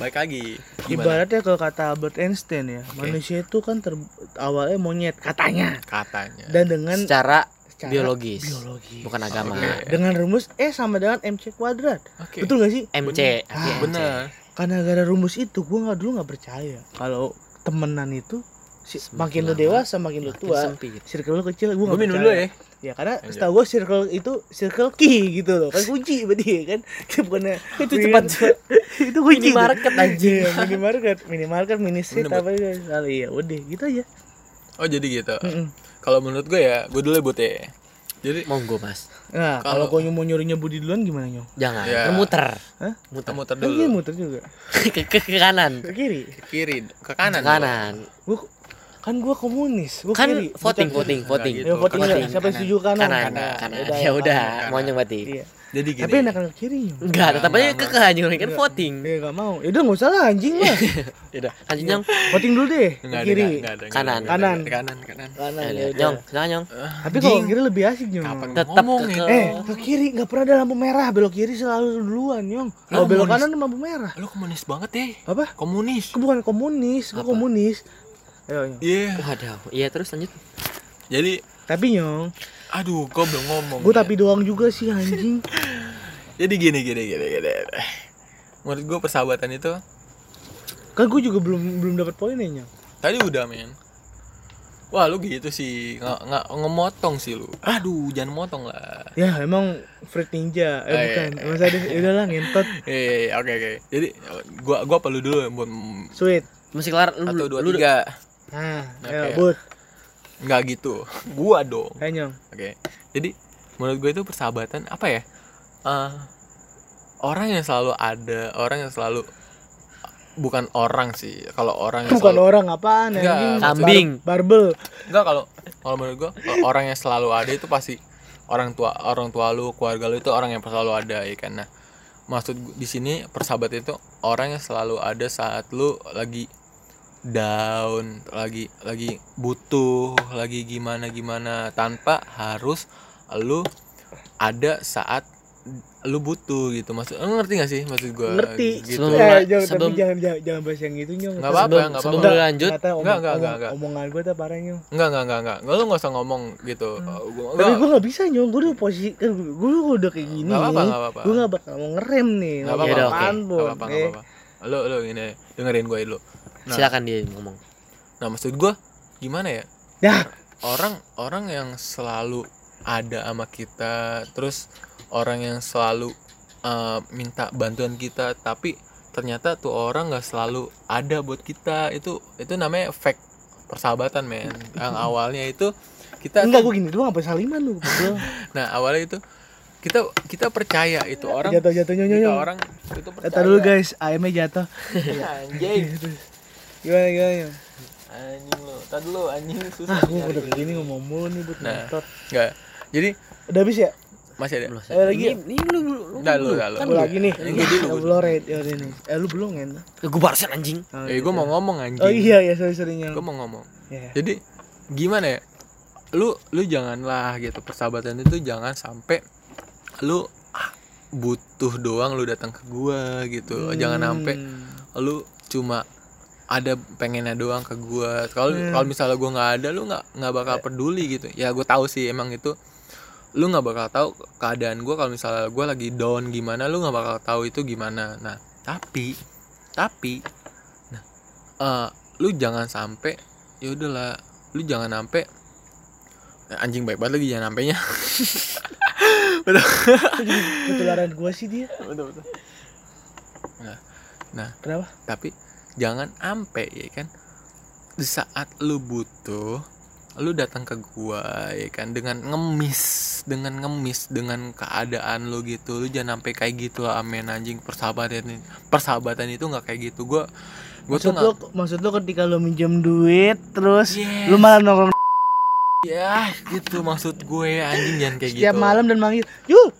[SPEAKER 2] baik lagi gimana
[SPEAKER 1] Ibaratnya kalau kata Albert Einstein ya, manusia itu kan ter- awalnya monyet katanya
[SPEAKER 2] katanya
[SPEAKER 1] dan dengan
[SPEAKER 6] secara
[SPEAKER 1] secara
[SPEAKER 6] biologis,
[SPEAKER 1] biologis.
[SPEAKER 6] bukan agama.
[SPEAKER 2] Oke.
[SPEAKER 1] Dengan rumus E sama dengan MC kuadrat.
[SPEAKER 2] oke
[SPEAKER 1] Betul gak sih?
[SPEAKER 6] MC.
[SPEAKER 1] Ah,
[SPEAKER 6] Iya, MC.
[SPEAKER 2] benar
[SPEAKER 1] Karena gara rumus itu gue nggak dulu nggak percaya kalau temenan itu si-
[SPEAKER 6] Semakin
[SPEAKER 1] makin lu
[SPEAKER 6] lama,
[SPEAKER 1] dewasa makin lu
[SPEAKER 6] Makin gitu.
[SPEAKER 1] tua.
[SPEAKER 6] sempit.
[SPEAKER 1] Circle lu kecil gue
[SPEAKER 2] gue
[SPEAKER 1] nggak
[SPEAKER 2] minum
[SPEAKER 1] percaya.
[SPEAKER 2] dulu ya
[SPEAKER 1] Ya karena
[SPEAKER 2] Lanjut.
[SPEAKER 1] setahu gue circle itu circle key gitu loh. Kan kunci berarti ya kan. Bukannya Iya.
[SPEAKER 6] Itu cepat cepat.
[SPEAKER 1] itu kunci. tuh.
[SPEAKER 6] Minimarket, anjing.
[SPEAKER 1] Iya, minimarket, minimarket, mini street apa itu.
[SPEAKER 2] Minimarket.
[SPEAKER 1] Ah, Iya, udah gitu aja.
[SPEAKER 2] oh jadi gitu
[SPEAKER 6] Hmm.
[SPEAKER 1] Mm-mm.
[SPEAKER 2] kalau menurut gue ya gue dulu ya Bud, ya jadi
[SPEAKER 6] Monggo, Mas.
[SPEAKER 1] Nah, kalau
[SPEAKER 2] Kalau-
[SPEAKER 1] gue mau nyuruhnya Budi duluan gimana nyong?
[SPEAKER 6] Jangan.
[SPEAKER 2] Ya.
[SPEAKER 6] Muter.
[SPEAKER 1] Hah?
[SPEAKER 6] Muter.
[SPEAKER 2] kita muter
[SPEAKER 1] Kan dia
[SPEAKER 2] dulu
[SPEAKER 1] muter juga.
[SPEAKER 6] ke, ke, ke kanan.
[SPEAKER 1] Ke kiri.
[SPEAKER 2] ke kiri ke
[SPEAKER 6] Ke
[SPEAKER 2] kanan dulu.
[SPEAKER 6] kanan.
[SPEAKER 1] Gua kan gua komunis, gua
[SPEAKER 6] Kan
[SPEAKER 1] kiri.
[SPEAKER 6] voting,
[SPEAKER 1] Bukan-
[SPEAKER 6] voting, voting.
[SPEAKER 2] gitu.
[SPEAKER 1] Ya, voting
[SPEAKER 6] Voting.
[SPEAKER 1] nggak? Siapa yang setuju kanan?
[SPEAKER 6] Kanan,
[SPEAKER 2] Kanan.
[SPEAKER 6] kanan.
[SPEAKER 1] Udah,
[SPEAKER 6] Ya udah,
[SPEAKER 1] kanan.
[SPEAKER 6] monyong berarti.
[SPEAKER 1] Iya.
[SPEAKER 2] jadi gini
[SPEAKER 1] Tapi enakan ke kiri. Nyong.
[SPEAKER 6] Enggak, tetap aja ke kehancuran kan
[SPEAKER 1] Enggak.
[SPEAKER 6] voting.
[SPEAKER 1] Ya enggak mau. Ya udah enggak usah lah anjing lah.
[SPEAKER 2] Yaudah.
[SPEAKER 6] Anjing nyong,
[SPEAKER 1] Voting dulu deh. Ke
[SPEAKER 2] Nggak ada,
[SPEAKER 1] kiri.
[SPEAKER 2] nggak ada, nggak ada,
[SPEAKER 6] Kanan.
[SPEAKER 2] nggak ada.
[SPEAKER 1] Kanan.
[SPEAKER 2] kanan kanan
[SPEAKER 1] Kanan.
[SPEAKER 6] Ya,
[SPEAKER 1] ya udah.
[SPEAKER 6] nyong, silakan nyong.
[SPEAKER 1] Tapi kalau kiri lebih asik nyong.
[SPEAKER 2] kapan
[SPEAKER 6] Tetap
[SPEAKER 2] ngomong
[SPEAKER 6] ke-
[SPEAKER 2] ya?
[SPEAKER 1] Eh, ke kiri nggak pernah ada lampu merah, belok kiri selalu duluan, Nyong. Kalau
[SPEAKER 2] Lah,
[SPEAKER 1] belok
[SPEAKER 2] komunis.
[SPEAKER 1] kanan lampu merah.
[SPEAKER 2] lu komunis banget deh
[SPEAKER 1] Apa?
[SPEAKER 2] komunis
[SPEAKER 1] Gua bukan komunis, gua
[SPEAKER 6] Apa?
[SPEAKER 1] komunis. Ayo, Nyong.
[SPEAKER 2] iya
[SPEAKER 6] Waduh. Iya, terus lanjut.
[SPEAKER 2] jadi
[SPEAKER 1] Tapi Nyong,
[SPEAKER 2] aduh gue belum ngomong
[SPEAKER 1] gua
[SPEAKER 2] ya.
[SPEAKER 1] tapi doang juga sih anjing.
[SPEAKER 2] jadi gini gini gini gini menurut gue persahabatan itu
[SPEAKER 1] Kan gua juga belum belum dapat poinnya, Nyong.
[SPEAKER 2] tadi udah men wah lu gitu sih nggak nggak ngemotong sih lu aduh jangan motong lah
[SPEAKER 1] Ya, emang Fred Ninja. Eh,
[SPEAKER 2] Eh,
[SPEAKER 1] bukan.
[SPEAKER 2] eh,
[SPEAKER 1] Masa ada ya udah lah ngentot.
[SPEAKER 2] eh oke oke jadi gua gua perlu dulu buat
[SPEAKER 1] Sweet.
[SPEAKER 6] Mesti kelar Hmm. lu.
[SPEAKER 2] satu dua
[SPEAKER 6] lu-
[SPEAKER 2] tiga
[SPEAKER 1] Nah,
[SPEAKER 2] Oke.
[SPEAKER 1] ayo, but.
[SPEAKER 2] nggak gitu gua dong
[SPEAKER 1] Ayo, Nyong.
[SPEAKER 2] Oke. Jadi menurut gue itu persahabatan apa ya? Eh, orang yang selalu ada, orang yang selalu bukan orang sih. Kalau orang yang
[SPEAKER 1] Bukan
[SPEAKER 2] selalu
[SPEAKER 1] orang apaan
[SPEAKER 2] Enggak,
[SPEAKER 1] anjing.
[SPEAKER 2] maksud-
[SPEAKER 6] Kambing.
[SPEAKER 1] Bar- barbel.
[SPEAKER 2] enggak kalau kalau menurut gue kalau orang yang selalu ada itu pasti orang tua orang tua lu, keluarga lu itu orang yang selalu ada ya kan. Nah, maksud gue di sini persahabatan itu orang yang selalu ada saat lu lagi down, lagi lagi butuh, lagi gimana gimana tanpa harus lu ada saat lu butuh gitu maksud lu ngerti gak sih maksud gue
[SPEAKER 1] Ngerti.
[SPEAKER 2] gitu
[SPEAKER 6] Sebelum-
[SPEAKER 1] Eh, jangan,
[SPEAKER 6] sebelum-
[SPEAKER 1] tapi jangan, jangan, jangan bahas yang itu, Nyong.
[SPEAKER 2] Nggak apa-apa,
[SPEAKER 6] sebelum-
[SPEAKER 2] nggak
[SPEAKER 6] sebelum
[SPEAKER 2] apa-apa.
[SPEAKER 6] lu lanjut.
[SPEAKER 1] Kata omong-
[SPEAKER 2] Nggak, nggak,
[SPEAKER 1] omong-
[SPEAKER 2] nggak, nggak.
[SPEAKER 1] Omongan gue tuh parah, Nyong.
[SPEAKER 2] enggak enggak enggak enggak lu nggak usah ngomong gitu Eh, gua,
[SPEAKER 1] Hmm. Tapi
[SPEAKER 2] gua-
[SPEAKER 1] gue gak bisa nyong, gue udah posisi, gue udah kayak gini
[SPEAKER 2] Nggak apa-apa, nggak apa-apa.
[SPEAKER 1] Gue gak bakal mau ngerem nih,
[SPEAKER 2] Gak
[SPEAKER 1] mau
[SPEAKER 2] apa-apa,
[SPEAKER 6] Yaudah,
[SPEAKER 2] oke.
[SPEAKER 1] apaan
[SPEAKER 2] Gak
[SPEAKER 1] pun
[SPEAKER 2] apa-apa, gak
[SPEAKER 1] eh.
[SPEAKER 2] apa-apa. Lo, lo ini dengerin gue dulu. Nah.
[SPEAKER 6] Silakan dia ngomong.
[SPEAKER 2] Nah, maksud gue gimana ya?
[SPEAKER 1] Dah,
[SPEAKER 2] Orang orang yang selalu ada sama kita, terus orang yang selalu eh, minta bantuan kita, tapi ternyata tuh orang nggak selalu ada buat kita. Itu itu namanya fake persahabatan, men. Yang awalnya itu kita
[SPEAKER 1] enggak gue gini dulu apa saliman lu Gua
[SPEAKER 2] nah, awalnya itu kita kita percaya itu orang
[SPEAKER 1] Jatuh-jatuh nyong
[SPEAKER 2] kita
[SPEAKER 1] nyong
[SPEAKER 2] orang itu percaya.
[SPEAKER 1] Kata dulu guys, ayamnya jatuh
[SPEAKER 2] Anjing.
[SPEAKER 1] Gimana gimana Nyong?
[SPEAKER 2] Anjing lo, tadi lo anjing susah.
[SPEAKER 1] Ah gue udah kayak gini ngomong mulu nih buat
[SPEAKER 2] Nah.
[SPEAKER 1] ngentot
[SPEAKER 2] Enggak. Jadi
[SPEAKER 1] Udah habis ya?
[SPEAKER 2] masih ada.
[SPEAKER 6] Belum.
[SPEAKER 1] Ayo Eh, lagi.
[SPEAKER 6] Ini, ini lu lu. lu-
[SPEAKER 2] Enggak lu, enggak lu.
[SPEAKER 1] Gue Kan lagi nih
[SPEAKER 2] Ini gua dulu, gua
[SPEAKER 1] Belum red, ya udah nih Eh lu belum kan?
[SPEAKER 6] Gue barsen anjing.
[SPEAKER 1] Oh,
[SPEAKER 2] Eh, gue mau ngomong anjing.
[SPEAKER 1] Oh iya ya sorry sorry nyong
[SPEAKER 2] Gue mau ngomong.
[SPEAKER 1] Ya.
[SPEAKER 2] Jadi gimana ya? Lu lu janganlah gitu persahabatan itu jangan sampai lu ah, butuh doang lu datang ke gua gitu. Jangan
[SPEAKER 1] Hmm.
[SPEAKER 2] sampai lu cuma ada pengennya doang ke gua kalau
[SPEAKER 1] Hmm.
[SPEAKER 2] kalau misalnya gua nggak ada lu nggak nggak bakal peduli gitu ya gue tahu sih emang itu lu nggak bakal tahu keadaan gua kalau misalnya gua lagi down gimana lu nggak bakal tahu itu gimana nah tapi tapi nah eh, lu jangan sampai ya udahlah lu jangan sampai Eh, anjing baik banget lagi jangan sampainya betul
[SPEAKER 1] Ketularan gua sih dia.
[SPEAKER 2] betul betul nah, nah
[SPEAKER 1] Kenapa?
[SPEAKER 2] tapi jangan ampe ya kan di saat lu butuh lu datang ke gua ya kan dengan ngemis dengan ngemis dengan keadaan lu gitu lu jangan sampai kayak gitu lah amin anjing persahabatan persahabatan itu nggak kayak gitu gua gua
[SPEAKER 1] Maksud
[SPEAKER 2] tuh
[SPEAKER 1] lu,
[SPEAKER 2] nggak
[SPEAKER 1] maksud lu ketika lu minjem duit terus
[SPEAKER 2] Yes.
[SPEAKER 1] lu malah nongkrong
[SPEAKER 2] ya gitu maksud gue anjing jangan kayak
[SPEAKER 1] setiap
[SPEAKER 2] gitu
[SPEAKER 1] malam dan manggil, "Yul,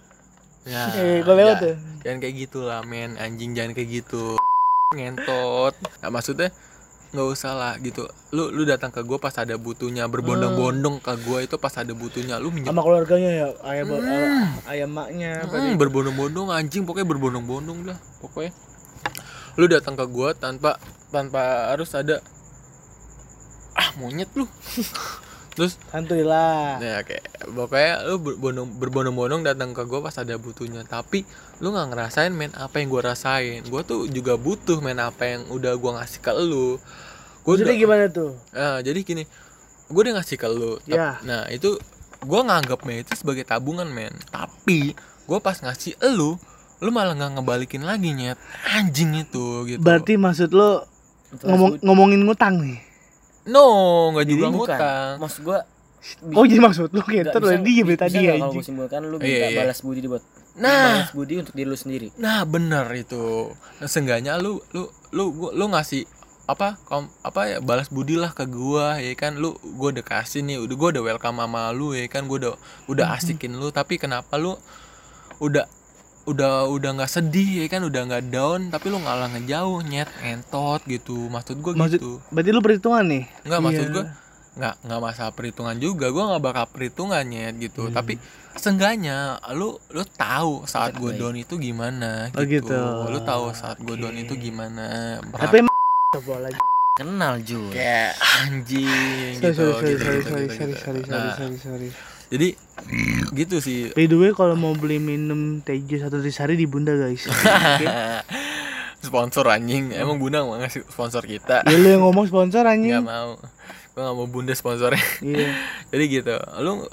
[SPEAKER 2] ya,
[SPEAKER 1] Eh, gua lewat
[SPEAKER 2] ja-
[SPEAKER 1] ya.
[SPEAKER 2] jangan kayak gitu lah men anjing jangan kayak gitu ngentot nah, maksudnya nggak usah lah gitu lu lu datang ke gue pas ada butuhnya berbondong-bondong ke gue itu pas ada butuhnya lu minjem
[SPEAKER 1] sama keluarganya ya, ayah ba- ayah maknya tadi.
[SPEAKER 2] Hmm, berbondong-bondong anjing pokoknya berbondong-bondong dah pokoknya lu datang ke gua tanpa tanpa harus ada ah monyet lu terus
[SPEAKER 1] Santuy lah.
[SPEAKER 2] ya kayak pokoknya lu berbondong berbondong-bondong datang ke gua pas ada butuhnya tapi lu nggak ngerasain men apa yang gua rasain gua tuh juga butuh men apa yang udah gua ngasih ke lu gua
[SPEAKER 1] Maksudnya
[SPEAKER 2] udah-
[SPEAKER 1] gimana tuh?
[SPEAKER 2] Nah, jadi gini, gue udah ngasih ke lu. tap-
[SPEAKER 1] Ya.
[SPEAKER 2] Nah, itu gue nganggapnya itu sebagai tabungan, men. Tapi gue pas ngasih lu, lu malah nggak ngebalikin lagi nyet. Anjing itu gitu.
[SPEAKER 1] Berarti maksud lu ngomong ngomongin ngutang nih.
[SPEAKER 2] no, nggak juga
[SPEAKER 6] Bukan.
[SPEAKER 2] ngutang.
[SPEAKER 6] Maksud gua
[SPEAKER 1] Oh jadi maksud lu
[SPEAKER 6] nggak
[SPEAKER 1] kita udah diem ya tadi
[SPEAKER 6] bisa nggak kalau
[SPEAKER 1] anjing.
[SPEAKER 6] gua simpulkan lu
[SPEAKER 2] Iya,
[SPEAKER 6] minta
[SPEAKER 2] iya.
[SPEAKER 6] balas budi dibuat
[SPEAKER 2] Nah,
[SPEAKER 6] balas budi untuk diri lu sendiri.
[SPEAKER 2] nah bener itu. Nah, seenggaknya lu lu lu gua- lu ngasih apa kom, apa ya balas budi lah ke gua ya kan lu gua udah kasih nih udah gua udah welcome sama lu ya kan gua udah udah asikin lu tapi kenapa lu udah udah udah nggak sedih ya kan udah nggak down tapi lu ngalah ngejauh nyet entot gitu maksud gua
[SPEAKER 1] Maksud-
[SPEAKER 2] gitu
[SPEAKER 1] Berarti lu perhitungan nih.
[SPEAKER 2] nggak
[SPEAKER 1] Iya.
[SPEAKER 2] maksud gua nggak nggak masalah perhitungan juga gua nggak bakal perhitungan nyet gitu
[SPEAKER 1] Iya.
[SPEAKER 2] tapi seenggaknya lu lu tahu saat gua
[SPEAKER 6] baik.
[SPEAKER 2] down itu gimana
[SPEAKER 1] Oh,
[SPEAKER 2] gitu,
[SPEAKER 1] gitu.
[SPEAKER 2] lu tahu saat gua down
[SPEAKER 1] Oke.
[SPEAKER 2] itu gimana
[SPEAKER 1] Tapi
[SPEAKER 2] berhak-
[SPEAKER 1] emang coba lagi.
[SPEAKER 6] Kenal Jul.
[SPEAKER 2] kayak anjing
[SPEAKER 1] Sorry
[SPEAKER 2] gitu
[SPEAKER 1] sorry
[SPEAKER 2] gitu,
[SPEAKER 1] sorry
[SPEAKER 2] gitu,
[SPEAKER 1] sorry sorry
[SPEAKER 2] gitu, gitu.
[SPEAKER 1] sorry sorry
[SPEAKER 2] Nah,
[SPEAKER 1] sorry sorry.
[SPEAKER 2] jadi gitu sih
[SPEAKER 1] By the way kalau mau beli minum TJ satu sehari di Bunda guys. Oke.
[SPEAKER 2] sponsor anjing emang bunda mau ngasih sponsor kita
[SPEAKER 1] Ya lu yang ngomong sponsor
[SPEAKER 2] nggak
[SPEAKER 1] anjing.
[SPEAKER 2] mau gua nggak mau bunda sponsornya
[SPEAKER 1] Iya.
[SPEAKER 2] jadi gitu lu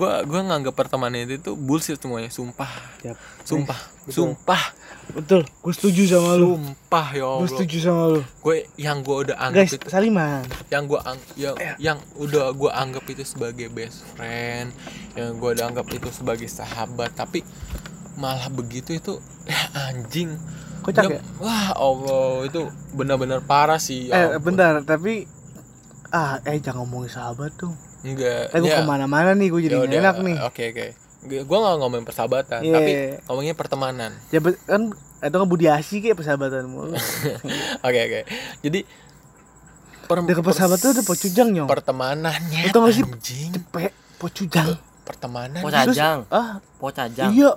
[SPEAKER 2] gua gua nganggap pertemanan itu tuh bullshit semuanya sumpah
[SPEAKER 1] Yap. Eh,
[SPEAKER 2] sumpah
[SPEAKER 1] Betul.
[SPEAKER 2] sumpah
[SPEAKER 1] Betul, gue setuju sama lu.
[SPEAKER 2] sumpah ya
[SPEAKER 1] Gue
[SPEAKER 2] allah
[SPEAKER 1] setuju sama lu.
[SPEAKER 2] gue yang gua udah anggap
[SPEAKER 1] Guys, Eh.
[SPEAKER 2] itu
[SPEAKER 1] saliman.
[SPEAKER 2] yang gua ang yang, yang udah gua anggap itu sebagai best friend yang gua udah anggap itu sebagai sahabat tapi malah begitu itu ya anjing
[SPEAKER 1] Kocak
[SPEAKER 2] Bener-
[SPEAKER 1] ya?
[SPEAKER 2] wah allah itu benar-benar parah sih ya
[SPEAKER 1] Eh,
[SPEAKER 2] ampun.
[SPEAKER 1] bentar, tapi ah, eh jangan ngomongin sahabat dong.
[SPEAKER 2] enggak
[SPEAKER 1] Eh, gue
[SPEAKER 2] ya.
[SPEAKER 1] kemana-mana nih, gue jadi
[SPEAKER 2] Ya
[SPEAKER 1] nggak
[SPEAKER 2] udah,
[SPEAKER 1] enak nih.
[SPEAKER 2] Oke oke. Gue gak ngomongin persahabatan,
[SPEAKER 1] Iya.
[SPEAKER 2] tapi ngomongin pertemanan.
[SPEAKER 1] Ya bet- kan itu kan budi asi kayak persahabatan mulu.
[SPEAKER 2] Oke oke. Jadi per-
[SPEAKER 1] Udah ke persahabatan tuh udah pocujang nyong.
[SPEAKER 2] pertemanannya
[SPEAKER 1] Itu nggak sih?
[SPEAKER 2] anjing.
[SPEAKER 1] Cepet pocujang.
[SPEAKER 2] Pertemanan.
[SPEAKER 6] Po
[SPEAKER 1] Terus-
[SPEAKER 6] cajang,
[SPEAKER 1] Ah,
[SPEAKER 6] po cajang.
[SPEAKER 1] iya.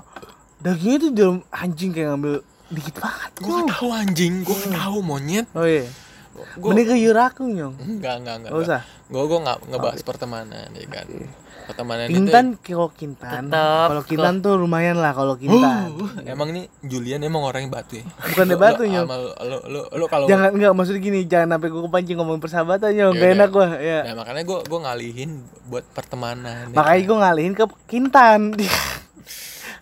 [SPEAKER 1] Dagingnya tuh di dalam anjing kayak ngambil dikit banget.
[SPEAKER 2] Gue tahu anjing, gue tahu monyet.
[SPEAKER 1] Oh iya.
[SPEAKER 2] Gue
[SPEAKER 1] Mending ke Yuraku nyong.
[SPEAKER 2] enggak enggak enggak.
[SPEAKER 1] Gak usah.
[SPEAKER 2] Gue gue nggak ngebahas pertemanan, ya kan. Pertemanan itu. ya?
[SPEAKER 1] Kintan kalau Kintan.
[SPEAKER 6] Tetep.
[SPEAKER 1] Kalau Kintan tuh lumayan lah kalau Kintan.
[SPEAKER 2] Uh, emang nih Julian emang orangnya batu ya?
[SPEAKER 1] Bukan
[SPEAKER 2] Lu-
[SPEAKER 1] dia batu,
[SPEAKER 2] lu-
[SPEAKER 1] Nyok.
[SPEAKER 2] sama Lu, lu, lu, lu kalau
[SPEAKER 1] Jangan enggak maksud gini, jangan sampai gue kepancing ngomongin persahabatan nyong.
[SPEAKER 2] Ya
[SPEAKER 1] Gak
[SPEAKER 2] udah.
[SPEAKER 1] enak gua, ya.
[SPEAKER 2] Nah, makanya gue gue ngalihin buat pertemanan. ya
[SPEAKER 1] Makanya
[SPEAKER 2] kan.
[SPEAKER 1] gue ngalihin ke Kintan.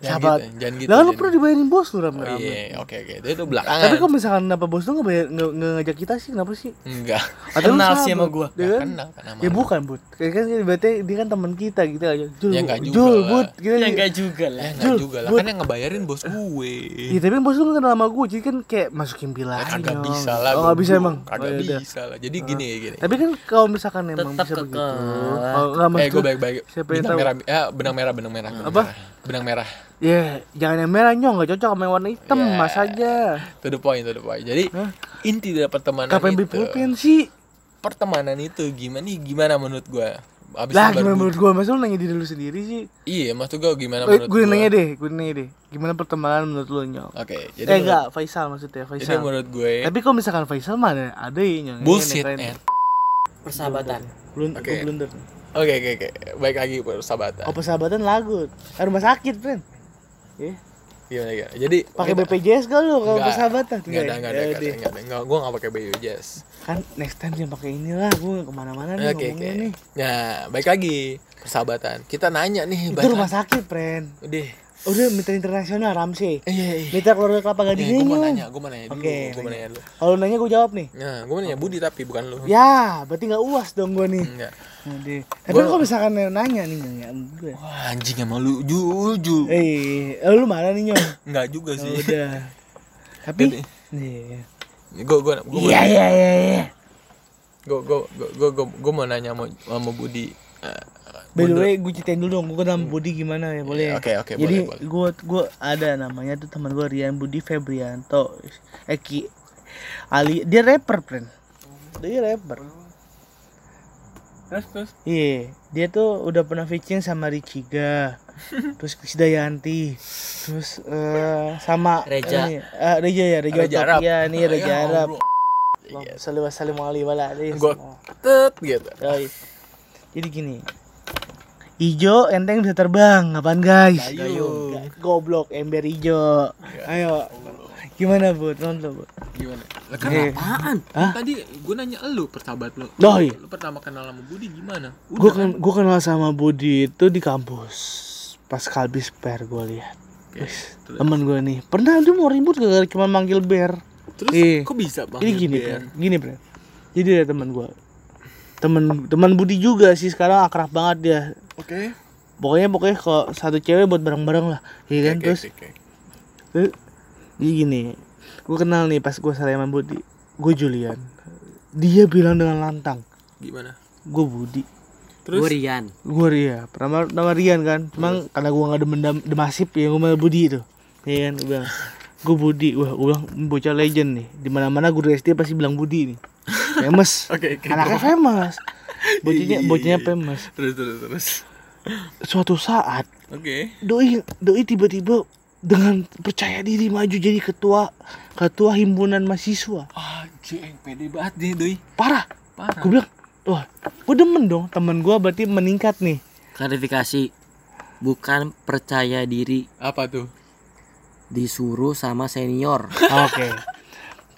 [SPEAKER 2] Jangan
[SPEAKER 1] Sahabat.
[SPEAKER 2] gitu, jangan gitu.
[SPEAKER 1] Lah lu
[SPEAKER 2] jangan-
[SPEAKER 1] pernah dibayarin bos lu rame
[SPEAKER 2] Gitu Oh, iya, Kan. oke oke. Itu itu belakangan.
[SPEAKER 1] Tapi kalau misalkan kenapa bos lu nggak bayar- nggak nggak ngajak kita sih kenapa sih?
[SPEAKER 2] enggak.
[SPEAKER 1] Atau lu
[SPEAKER 6] Kenal sih
[SPEAKER 1] sahabat,
[SPEAKER 6] sama gua.
[SPEAKER 1] ya
[SPEAKER 2] Nggak
[SPEAKER 1] kan?
[SPEAKER 2] kenal kan sama
[SPEAKER 1] Ya
[SPEAKER 2] lu.
[SPEAKER 1] bukan but, kayak kan berarti dia kan teman kita gitu aja. Jul,
[SPEAKER 2] Ya, nggak juga
[SPEAKER 1] Jul,
[SPEAKER 2] lah.
[SPEAKER 1] but, kita
[SPEAKER 6] Ya
[SPEAKER 1] ya,
[SPEAKER 6] enggak juga
[SPEAKER 2] Ya
[SPEAKER 6] lah.
[SPEAKER 2] enggak
[SPEAKER 1] Jul,
[SPEAKER 2] juga lah.
[SPEAKER 1] buat-
[SPEAKER 2] Kan yang ngebayarin bos gue.
[SPEAKER 1] Ya tapi bos lu kenal sama gue, jadi kan kayak masukin
[SPEAKER 2] Ya,
[SPEAKER 1] bilang.
[SPEAKER 2] kagak bisa lah.
[SPEAKER 1] Oh, nggak bisa
[SPEAKER 2] goblok.
[SPEAKER 1] emang.
[SPEAKER 2] Kagak
[SPEAKER 1] Oh, ya udah.
[SPEAKER 2] bisa lah. Jadi gini ya gini.
[SPEAKER 1] Tapi kan kalau misalkan emang
[SPEAKER 6] Tetep
[SPEAKER 1] bisa
[SPEAKER 6] kekeh.
[SPEAKER 1] begitu. Kalau nggak
[SPEAKER 2] Eh,
[SPEAKER 1] maksud
[SPEAKER 2] gue baik-baik.
[SPEAKER 1] siapa yang
[SPEAKER 2] Benang
[SPEAKER 1] tahu?
[SPEAKER 2] merah, ya, benang merah, benang merah. benang
[SPEAKER 1] Apa?
[SPEAKER 2] merah. Benang merah.
[SPEAKER 1] ya jangan yang merah nyong, nggak cocok sama yang warna hitam,
[SPEAKER 2] Ya.
[SPEAKER 1] mas aja.
[SPEAKER 2] To the point, to the point. Jadi
[SPEAKER 1] Hah?
[SPEAKER 2] inti dari pertemanan
[SPEAKER 1] Kapan beli
[SPEAKER 2] itu.
[SPEAKER 1] pulpen sih?
[SPEAKER 2] Pertemanan itu gimana nih? Gimana menurut gue? Abis
[SPEAKER 1] Lah
[SPEAKER 2] lu baru
[SPEAKER 1] gimana
[SPEAKER 2] bu-
[SPEAKER 1] menurut gue, masa lu nanya diri lu sendiri sih?
[SPEAKER 2] Iya, maksud gue
[SPEAKER 1] Eh,
[SPEAKER 2] gimana menurut
[SPEAKER 1] gue
[SPEAKER 2] gua?
[SPEAKER 1] nanya deh, gue nanya deh. Gimana pertemanan menurut lu nyong?
[SPEAKER 2] Oke, jadi
[SPEAKER 1] eh
[SPEAKER 2] menurut-
[SPEAKER 1] enggak, Kan- Faisal maksudnya,
[SPEAKER 2] Jadi
[SPEAKER 1] Faisal.
[SPEAKER 2] menurut gue
[SPEAKER 1] Tapi kalau misalkan Faisal mana ada ya nyong.
[SPEAKER 2] bullshit.
[SPEAKER 1] Ini, ini,
[SPEAKER 2] eh.
[SPEAKER 1] ini.
[SPEAKER 6] Persahabatan.
[SPEAKER 1] Belum,
[SPEAKER 2] Oke.
[SPEAKER 1] gue blunder.
[SPEAKER 2] Oke, oke, oke. Baik lagi persahabatan.
[SPEAKER 1] Oh persahabatan lagu, eh, rumah sakit friend. Iya.
[SPEAKER 2] Gimana gimana? Jadi
[SPEAKER 1] Pakai
[SPEAKER 2] kita-
[SPEAKER 1] BPJS gak lu kalau
[SPEAKER 2] Nggak,
[SPEAKER 1] persahabatan?
[SPEAKER 2] Nggak ada, nggak ada,
[SPEAKER 1] Ya
[SPEAKER 2] nggak ada,
[SPEAKER 1] udah.
[SPEAKER 2] nggak ada. Nggak, gue nggak pakai BPJS.
[SPEAKER 1] Kan next time jangan pakai inilah, gue kemana-mana nih
[SPEAKER 2] Oke, oke.
[SPEAKER 1] Kan ngomongnya nih.
[SPEAKER 2] Nah, baik lagi persahabatan. Kita nanya nih,
[SPEAKER 1] Itu
[SPEAKER 2] balik
[SPEAKER 1] rumah
[SPEAKER 2] lagi.
[SPEAKER 1] sakit friend.
[SPEAKER 2] Udah,
[SPEAKER 1] udah mitra internasional Ramsey
[SPEAKER 2] Iya, iya. iya.
[SPEAKER 1] mitra keluarga kelapa
[SPEAKER 2] Nih,
[SPEAKER 1] gading
[SPEAKER 2] gua mau
[SPEAKER 1] ini
[SPEAKER 2] nanya, gua mau nanya dulu,
[SPEAKER 1] Oke,
[SPEAKER 2] gua mau
[SPEAKER 1] nanya.
[SPEAKER 2] nanya dulu.
[SPEAKER 1] kalau nanya gue jawab nih
[SPEAKER 2] Nah, gua mau nanya Budi tapi bukan lu.
[SPEAKER 1] ya berarti nggak uas dong gue nih
[SPEAKER 2] Enggak.
[SPEAKER 1] Aduh. tapi
[SPEAKER 2] Hmm. Gua-
[SPEAKER 1] kok misalkan nanya nih nanya gue
[SPEAKER 2] Wah, anjing sama lu. Jul, jul.
[SPEAKER 1] ya? eh lu marah nih nyong
[SPEAKER 2] Enggak juga
[SPEAKER 1] Ya
[SPEAKER 2] sih.
[SPEAKER 1] udah tapi
[SPEAKER 2] Jadi-
[SPEAKER 1] iya
[SPEAKER 2] Gua gua gua
[SPEAKER 1] iya iya iya
[SPEAKER 2] gua gua gua- gua gua- gua mau nanya sama sama Budi. Eh,
[SPEAKER 1] By the
[SPEAKER 2] mundur- Iya,
[SPEAKER 1] way, gue ceritain dulu dong, gue kenal Budi gimana ya, boleh ya?
[SPEAKER 2] Oke, oke,
[SPEAKER 1] Jadi
[SPEAKER 2] boleh, boleh.
[SPEAKER 1] gue gue ada namanya tuh teman gue Rian Budi Febrianto, Eki Ali, dia rapper friend, dia rapper.
[SPEAKER 2] Terus terus.
[SPEAKER 1] Iya, dia tuh udah pernah featuring sama Richiga, terus Krisdayanti, terus eh, sama
[SPEAKER 3] Reja.
[SPEAKER 1] ini, eh, Reja ya, Reja,
[SPEAKER 2] Reja
[SPEAKER 1] Utopia
[SPEAKER 2] Arab.
[SPEAKER 1] nih, Reja
[SPEAKER 2] Ya,
[SPEAKER 1] Arab.
[SPEAKER 2] bro.
[SPEAKER 1] Allahumma Salli wa sallim alaihi wa ala alihi
[SPEAKER 2] Gua
[SPEAKER 1] wasallam.
[SPEAKER 2] tet gitu.
[SPEAKER 1] Yoi. Jadi gini. Ijo enteng bisa terbang, apaan guys?
[SPEAKER 2] Dayung.
[SPEAKER 1] Ga- iya, Goblok ember ijo. Ayo. Gimana, Bu? Nonton, lu, Bu.
[SPEAKER 2] Gimana? Lah kan
[SPEAKER 1] Eh.
[SPEAKER 2] apaan?
[SPEAKER 1] Hah?
[SPEAKER 2] Tadi gua nanya elu persahabat lu.
[SPEAKER 1] Loh, iya.
[SPEAKER 2] Lu pertama kenal sama Budi gimana?
[SPEAKER 1] Gua ken-
[SPEAKER 2] kan?
[SPEAKER 1] gua kenal sama Budi itu di kampus. Pas kalbis per gua lihat.
[SPEAKER 2] Oke,
[SPEAKER 1] Wis,
[SPEAKER 2] terus.
[SPEAKER 1] Temen gua nih. Pernah dia mau ribut gara-gara cuma manggil ber.
[SPEAKER 2] Terus
[SPEAKER 1] Iya.
[SPEAKER 2] kok bisa bang?
[SPEAKER 1] Jadi gini, Bre. gini, Bre. Jadi ada teman gua. Temen teman Budi juga sih sekarang akrab banget dia.
[SPEAKER 2] Oke.
[SPEAKER 1] Pokoknya pokoknya kalau satu cewek buat bareng-bareng lah. Iya kan?
[SPEAKER 2] Oke,
[SPEAKER 1] Terus
[SPEAKER 2] oke, oke.
[SPEAKER 1] Terus, Eh, Jadi gini, gue kenal nih pas gue sama Budi, gue Julian. Dia bilang dengan lantang,
[SPEAKER 2] gimana?
[SPEAKER 1] gue Budi,
[SPEAKER 2] Terus
[SPEAKER 3] Gua Rian.
[SPEAKER 1] gue Ria. Nama, nama Rian kan, emang
[SPEAKER 2] Iya.
[SPEAKER 1] karena gue nggak demen dam- demasif ya gue Budi itu. Iya kan, gue bilang, gue Budi, wah gue bilang "Hmm, bocah legend nih, dimana mana guru SD pasti bilang Budi nih, famous,
[SPEAKER 2] Oke, oke.
[SPEAKER 1] anaknya famous, bocahnya
[SPEAKER 2] Iya, iya,
[SPEAKER 1] bocahnya
[SPEAKER 2] iya.
[SPEAKER 1] famous.
[SPEAKER 2] terus terus terus.
[SPEAKER 1] Suatu saat
[SPEAKER 2] Oke.
[SPEAKER 1] doi doi tiba-tiba dengan percaya diri maju jadi ketua ketua himpunan mahasiswa
[SPEAKER 2] Anjing, pede banget nih doi.
[SPEAKER 1] parah
[SPEAKER 2] Parah.
[SPEAKER 1] gue bilang wah gue demen dong temen gue berarti meningkat nih
[SPEAKER 3] Klarifikasi. Bukan percaya diri
[SPEAKER 2] Apa tuh?
[SPEAKER 3] disuruh sama senior.
[SPEAKER 1] oke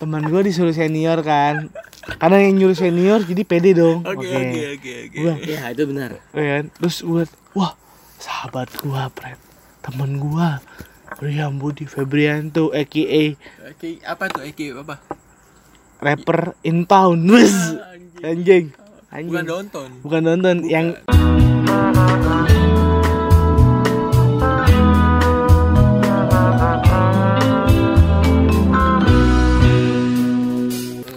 [SPEAKER 1] temen gue disuruh senior kan karena yang nyuruh senior jadi pede dong
[SPEAKER 2] Oke oke oke oke.
[SPEAKER 1] Gua,
[SPEAKER 3] ya itu benar.
[SPEAKER 1] ya kan? terus gue wah sahabat gue Fred temen gue Rian Budi Febrianto aka
[SPEAKER 2] Oke, apa tuh? Oke, apa?
[SPEAKER 1] rapper in town Wes. anjing
[SPEAKER 2] Ah, Bukan
[SPEAKER 1] anjing
[SPEAKER 2] nonton.
[SPEAKER 1] bukan nonton yang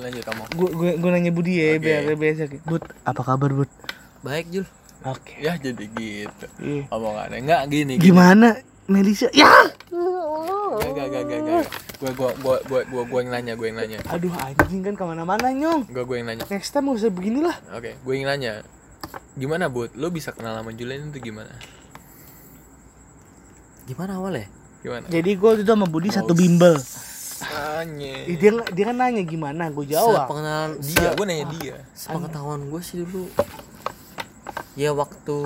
[SPEAKER 2] Lanjut kamu.
[SPEAKER 1] gue gue nanya Budi ya
[SPEAKER 2] Oke.
[SPEAKER 1] biar biasa Bud apa kabar Bud
[SPEAKER 3] Baik, Jul.
[SPEAKER 1] oke
[SPEAKER 2] Ya jadi gitu.
[SPEAKER 1] Iya.
[SPEAKER 2] Omongannya enggak gini. gini.
[SPEAKER 1] gimana Melisa ya
[SPEAKER 2] Enggak enggak enggak enggak. Gue gue gue gue gue gue yang nanya, gue yang nanya.
[SPEAKER 1] aduh anjing kan kemana-mana nyong
[SPEAKER 2] Gue gue yang nanya.
[SPEAKER 1] next time gak usah beginilah
[SPEAKER 2] Oke, gue yang nanya. Gimana buat lo bisa kenal sama Julian itu gimana?
[SPEAKER 3] Gimana awalnya?
[SPEAKER 2] Gimana?
[SPEAKER 1] jadi gue itu sama Budi satu bimbel Ih,
[SPEAKER 2] Tanya.
[SPEAKER 1] dia nggak- dia kan nanya gimana gue jawab
[SPEAKER 3] Sepengenalan
[SPEAKER 2] Dia, gue nanya dia.
[SPEAKER 3] sepengetahuan gue sih dulu ya waktu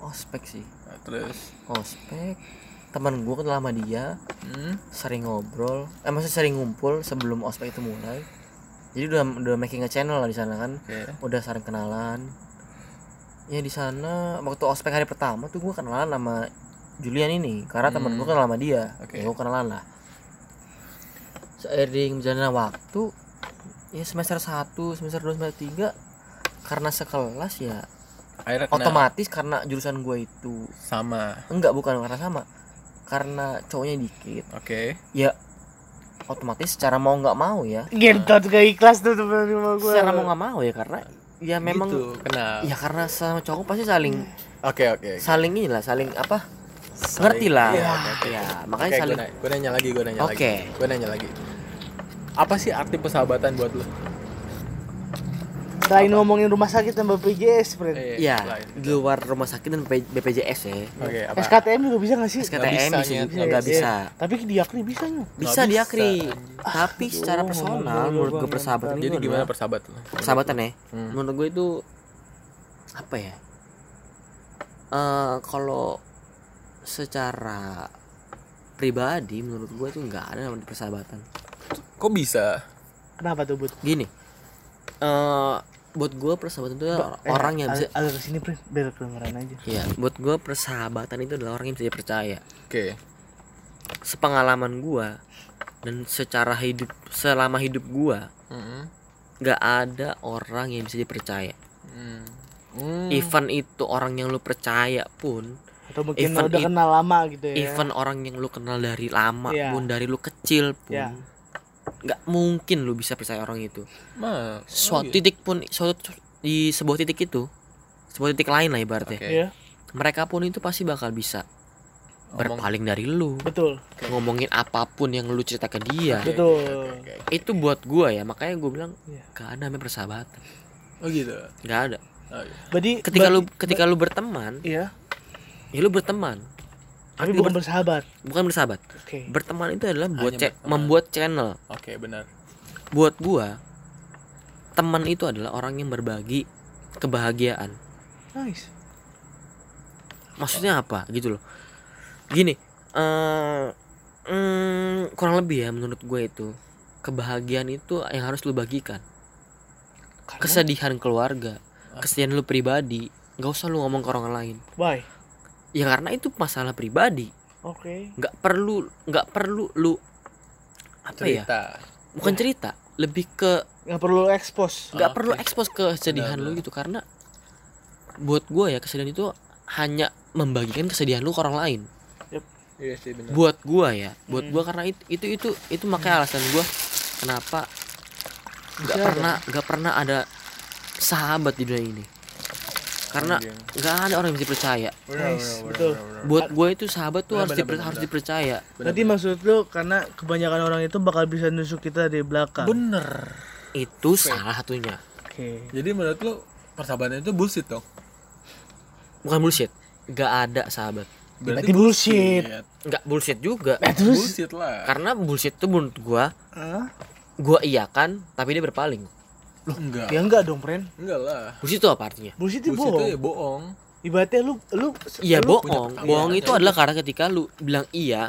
[SPEAKER 3] ospek sih
[SPEAKER 2] Nah, terus,
[SPEAKER 3] ospek teman gue kenal sama dia
[SPEAKER 2] hmm?
[SPEAKER 3] sering ngobrol eh maksudnya sering ngumpul sebelum ospek itu mulai jadi udah udah making a channel lah di sana kan
[SPEAKER 2] Oke.
[SPEAKER 3] udah saling kenalan ya di sana waktu ospek hari pertama tuh gue kenalan sama Julian ini karena temen gue kenal sama dia
[SPEAKER 2] Oke.
[SPEAKER 3] ya gue kenalan lah seiring berjalannya waktu ya semester 1 semester 2 semester 3 karena sekelas ya
[SPEAKER 2] Akhirnya kenal
[SPEAKER 3] otomatis karena jurusan gue itu
[SPEAKER 2] sama.
[SPEAKER 3] enggak bukan karena sama karena cowoknya dikit
[SPEAKER 2] Oke.
[SPEAKER 3] ya otomatis secara mau nggak mau ya
[SPEAKER 1] gentot gak ikhlas tuh temen sama gue
[SPEAKER 3] secara mau nggak mau ya karena ya memang
[SPEAKER 2] Gitu, kenal.
[SPEAKER 3] ya karena sama cowok pasti saling
[SPEAKER 2] Oke oke. oke.
[SPEAKER 3] saling inilah saling apa ngerti lah
[SPEAKER 2] Iya,
[SPEAKER 3] ya,
[SPEAKER 2] oke, oke.
[SPEAKER 3] makanya
[SPEAKER 2] Oke,
[SPEAKER 3] saling
[SPEAKER 2] gue, nanya, gue nanya lagi, gue nanya lagi.
[SPEAKER 3] Oke.
[SPEAKER 2] Gue nanya lagi. Apa sih arti persahabatan buat lo?
[SPEAKER 1] selain ngomongin rumah sakit sama BPJS friend
[SPEAKER 2] Eh,
[SPEAKER 3] ya
[SPEAKER 2] selain.
[SPEAKER 3] di luar rumah sakit dan P- BPJS ya
[SPEAKER 2] Oke, apa?
[SPEAKER 1] SKTM juga bisa gak sih
[SPEAKER 2] Nggak
[SPEAKER 3] SKTM
[SPEAKER 2] bisa,
[SPEAKER 3] sih
[SPEAKER 2] Nyet.
[SPEAKER 1] Iya,
[SPEAKER 3] nggak
[SPEAKER 1] iya.
[SPEAKER 3] bisa
[SPEAKER 1] tapi diakri bisa nyong
[SPEAKER 3] bisa
[SPEAKER 2] Nggak
[SPEAKER 3] diakri
[SPEAKER 2] bisa,
[SPEAKER 3] tapi secara
[SPEAKER 1] Aduh,
[SPEAKER 3] personal
[SPEAKER 1] ngomong
[SPEAKER 3] menurut
[SPEAKER 1] doang,
[SPEAKER 3] gue persahabatan
[SPEAKER 2] Jadi
[SPEAKER 3] itu
[SPEAKER 2] gimana
[SPEAKER 3] adalah-
[SPEAKER 2] persahabatan lo?
[SPEAKER 3] persahabatan ya
[SPEAKER 2] Hmm.
[SPEAKER 3] menurut gue itu apa ya Eh kalau secara pribadi menurut gue itu nggak ada namanya persahabatan
[SPEAKER 2] Kok bisa?
[SPEAKER 1] kenapa tuh Bud
[SPEAKER 3] gini eh buat gue persahabatan itu adalah
[SPEAKER 1] Eh,
[SPEAKER 3] orang yang bisa
[SPEAKER 1] ag- agak
[SPEAKER 3] Iya,
[SPEAKER 1] kesini friend biar kedengeran aja
[SPEAKER 3] ya buat gue persahabatan itu adalah orang yang bisa dipercaya
[SPEAKER 2] Oke.
[SPEAKER 3] sepengalaman gua dan secara hidup selama hidup gua
[SPEAKER 2] Mm-mm.
[SPEAKER 3] nggak ada orang yang bisa dipercaya.
[SPEAKER 2] Mm. Mm.
[SPEAKER 3] Even itu orang yang lu percaya pun,
[SPEAKER 1] atau mungkin
[SPEAKER 3] Event
[SPEAKER 1] udah
[SPEAKER 3] it-
[SPEAKER 1] kenal lama gitu ya
[SPEAKER 3] even orang yang lu kenal dari lama
[SPEAKER 1] Iya.
[SPEAKER 3] pun, dari lu kecil pun,
[SPEAKER 1] Iya.
[SPEAKER 3] nggak mungkin lu bisa percaya orang itu.
[SPEAKER 2] Ma,
[SPEAKER 3] Suatu
[SPEAKER 2] oh gitu.
[SPEAKER 3] titik pun, suatu di sebuah titik itu, sebuah titik lain lah ibaratnya.
[SPEAKER 2] Oke.
[SPEAKER 1] Iya,
[SPEAKER 3] Mereka pun itu pasti bakal bisa
[SPEAKER 2] Omong-
[SPEAKER 3] berpaling dari lu,
[SPEAKER 1] betul
[SPEAKER 3] ngomongin apapun yang lu cerita ke dia.
[SPEAKER 2] Oke, oke,
[SPEAKER 1] Betul.
[SPEAKER 2] oke, oke, oke.
[SPEAKER 3] Itu buat gua ya, makanya gua bilang
[SPEAKER 1] Iya.
[SPEAKER 3] nggak ada namanya persahabatan,
[SPEAKER 2] Oh gitu.
[SPEAKER 3] nggak ada.
[SPEAKER 2] Oh, iya.
[SPEAKER 1] berarti
[SPEAKER 3] Ketika lu
[SPEAKER 1] berarti-
[SPEAKER 3] ketika lu berteman,
[SPEAKER 1] iya
[SPEAKER 3] ya lu berteman.
[SPEAKER 1] tapi Iya.
[SPEAKER 3] Arti
[SPEAKER 1] bukan
[SPEAKER 3] ber-
[SPEAKER 1] bersahabat
[SPEAKER 3] bukan bersahabat.
[SPEAKER 1] oke
[SPEAKER 3] Berteman itu adalah buat
[SPEAKER 2] Hanya
[SPEAKER 3] cek
[SPEAKER 2] berteman.
[SPEAKER 3] membuat channel.
[SPEAKER 2] Oke, benar.
[SPEAKER 3] Buat gua teman itu adalah orang yang berbagi kebahagiaan.
[SPEAKER 1] nice
[SPEAKER 3] Maksudnya apa gitu loh. Gini, eh mm, kurang lebih ya menurut gue itu kebahagiaan itu yang harus lu bagikan.
[SPEAKER 1] Karena-
[SPEAKER 3] Kesedihan keluarga, kesedihan lu pribadi, nggak usah lu ngomong ke orang lain.
[SPEAKER 1] bye
[SPEAKER 3] Ya karena itu masalah pribadi,
[SPEAKER 1] oke
[SPEAKER 3] nggak perlu nggak perlu lu apa ya?
[SPEAKER 2] Cerita.
[SPEAKER 3] bukan cerita lebih ke
[SPEAKER 1] nggak perlu ekspos
[SPEAKER 3] nggak
[SPEAKER 2] Oke.
[SPEAKER 3] perlu ekspos kesedihan lu
[SPEAKER 2] Benar-benar.
[SPEAKER 3] gitu karena buat gue ya kesedihan itu hanya membagikan kesedihan lu ke orang lain
[SPEAKER 2] Iya sih benar.
[SPEAKER 3] buat gue ya buat
[SPEAKER 1] Hmm.
[SPEAKER 3] gue karena itu itu itu itu makanya alasan gue kenapa
[SPEAKER 1] Bisa
[SPEAKER 3] nggak
[SPEAKER 1] ada.
[SPEAKER 3] pernah nggak pernah ada sahabat di dunia ini karena
[SPEAKER 2] Oke.
[SPEAKER 3] nggak ada orang yang bisa percaya
[SPEAKER 2] Benar,
[SPEAKER 1] Nice,
[SPEAKER 2] benar,
[SPEAKER 1] betul.
[SPEAKER 2] benar, benar,
[SPEAKER 3] buat gue itu sahabat tuh harus
[SPEAKER 2] Benar-benar,
[SPEAKER 3] diper- harus
[SPEAKER 2] benar-benar.
[SPEAKER 3] dipercaya
[SPEAKER 2] benar.
[SPEAKER 1] berarti maksud lu karena kebanyakan orang itu bakal bisa nusuk kita dari belakang oke
[SPEAKER 2] bener.
[SPEAKER 3] itu salah satunya
[SPEAKER 2] Jadi menurut lu persahabatan itu bullshit dong?
[SPEAKER 3] bukan bullshit nggak ada sahabat
[SPEAKER 1] Berarti bullshit.
[SPEAKER 3] nggak bullshit juga
[SPEAKER 1] Eh,
[SPEAKER 2] Bullshit lah.
[SPEAKER 3] karena bullshit tuh menurut gua
[SPEAKER 1] Hah?
[SPEAKER 3] gua iyakan tapi dia berpaling
[SPEAKER 2] enggak.
[SPEAKER 1] ya enggak dong friend
[SPEAKER 2] Enggak lah.
[SPEAKER 3] bullshit itu apa artinya
[SPEAKER 1] bullshit itu
[SPEAKER 2] Bullshit itu
[SPEAKER 1] bohong
[SPEAKER 2] ya bohong.
[SPEAKER 1] ibaratnya lu lu
[SPEAKER 3] iya
[SPEAKER 1] lu-
[SPEAKER 3] bohong
[SPEAKER 2] pertanyaan
[SPEAKER 3] bohong
[SPEAKER 2] aja.
[SPEAKER 3] itu adalah karena ketika lu bilang iya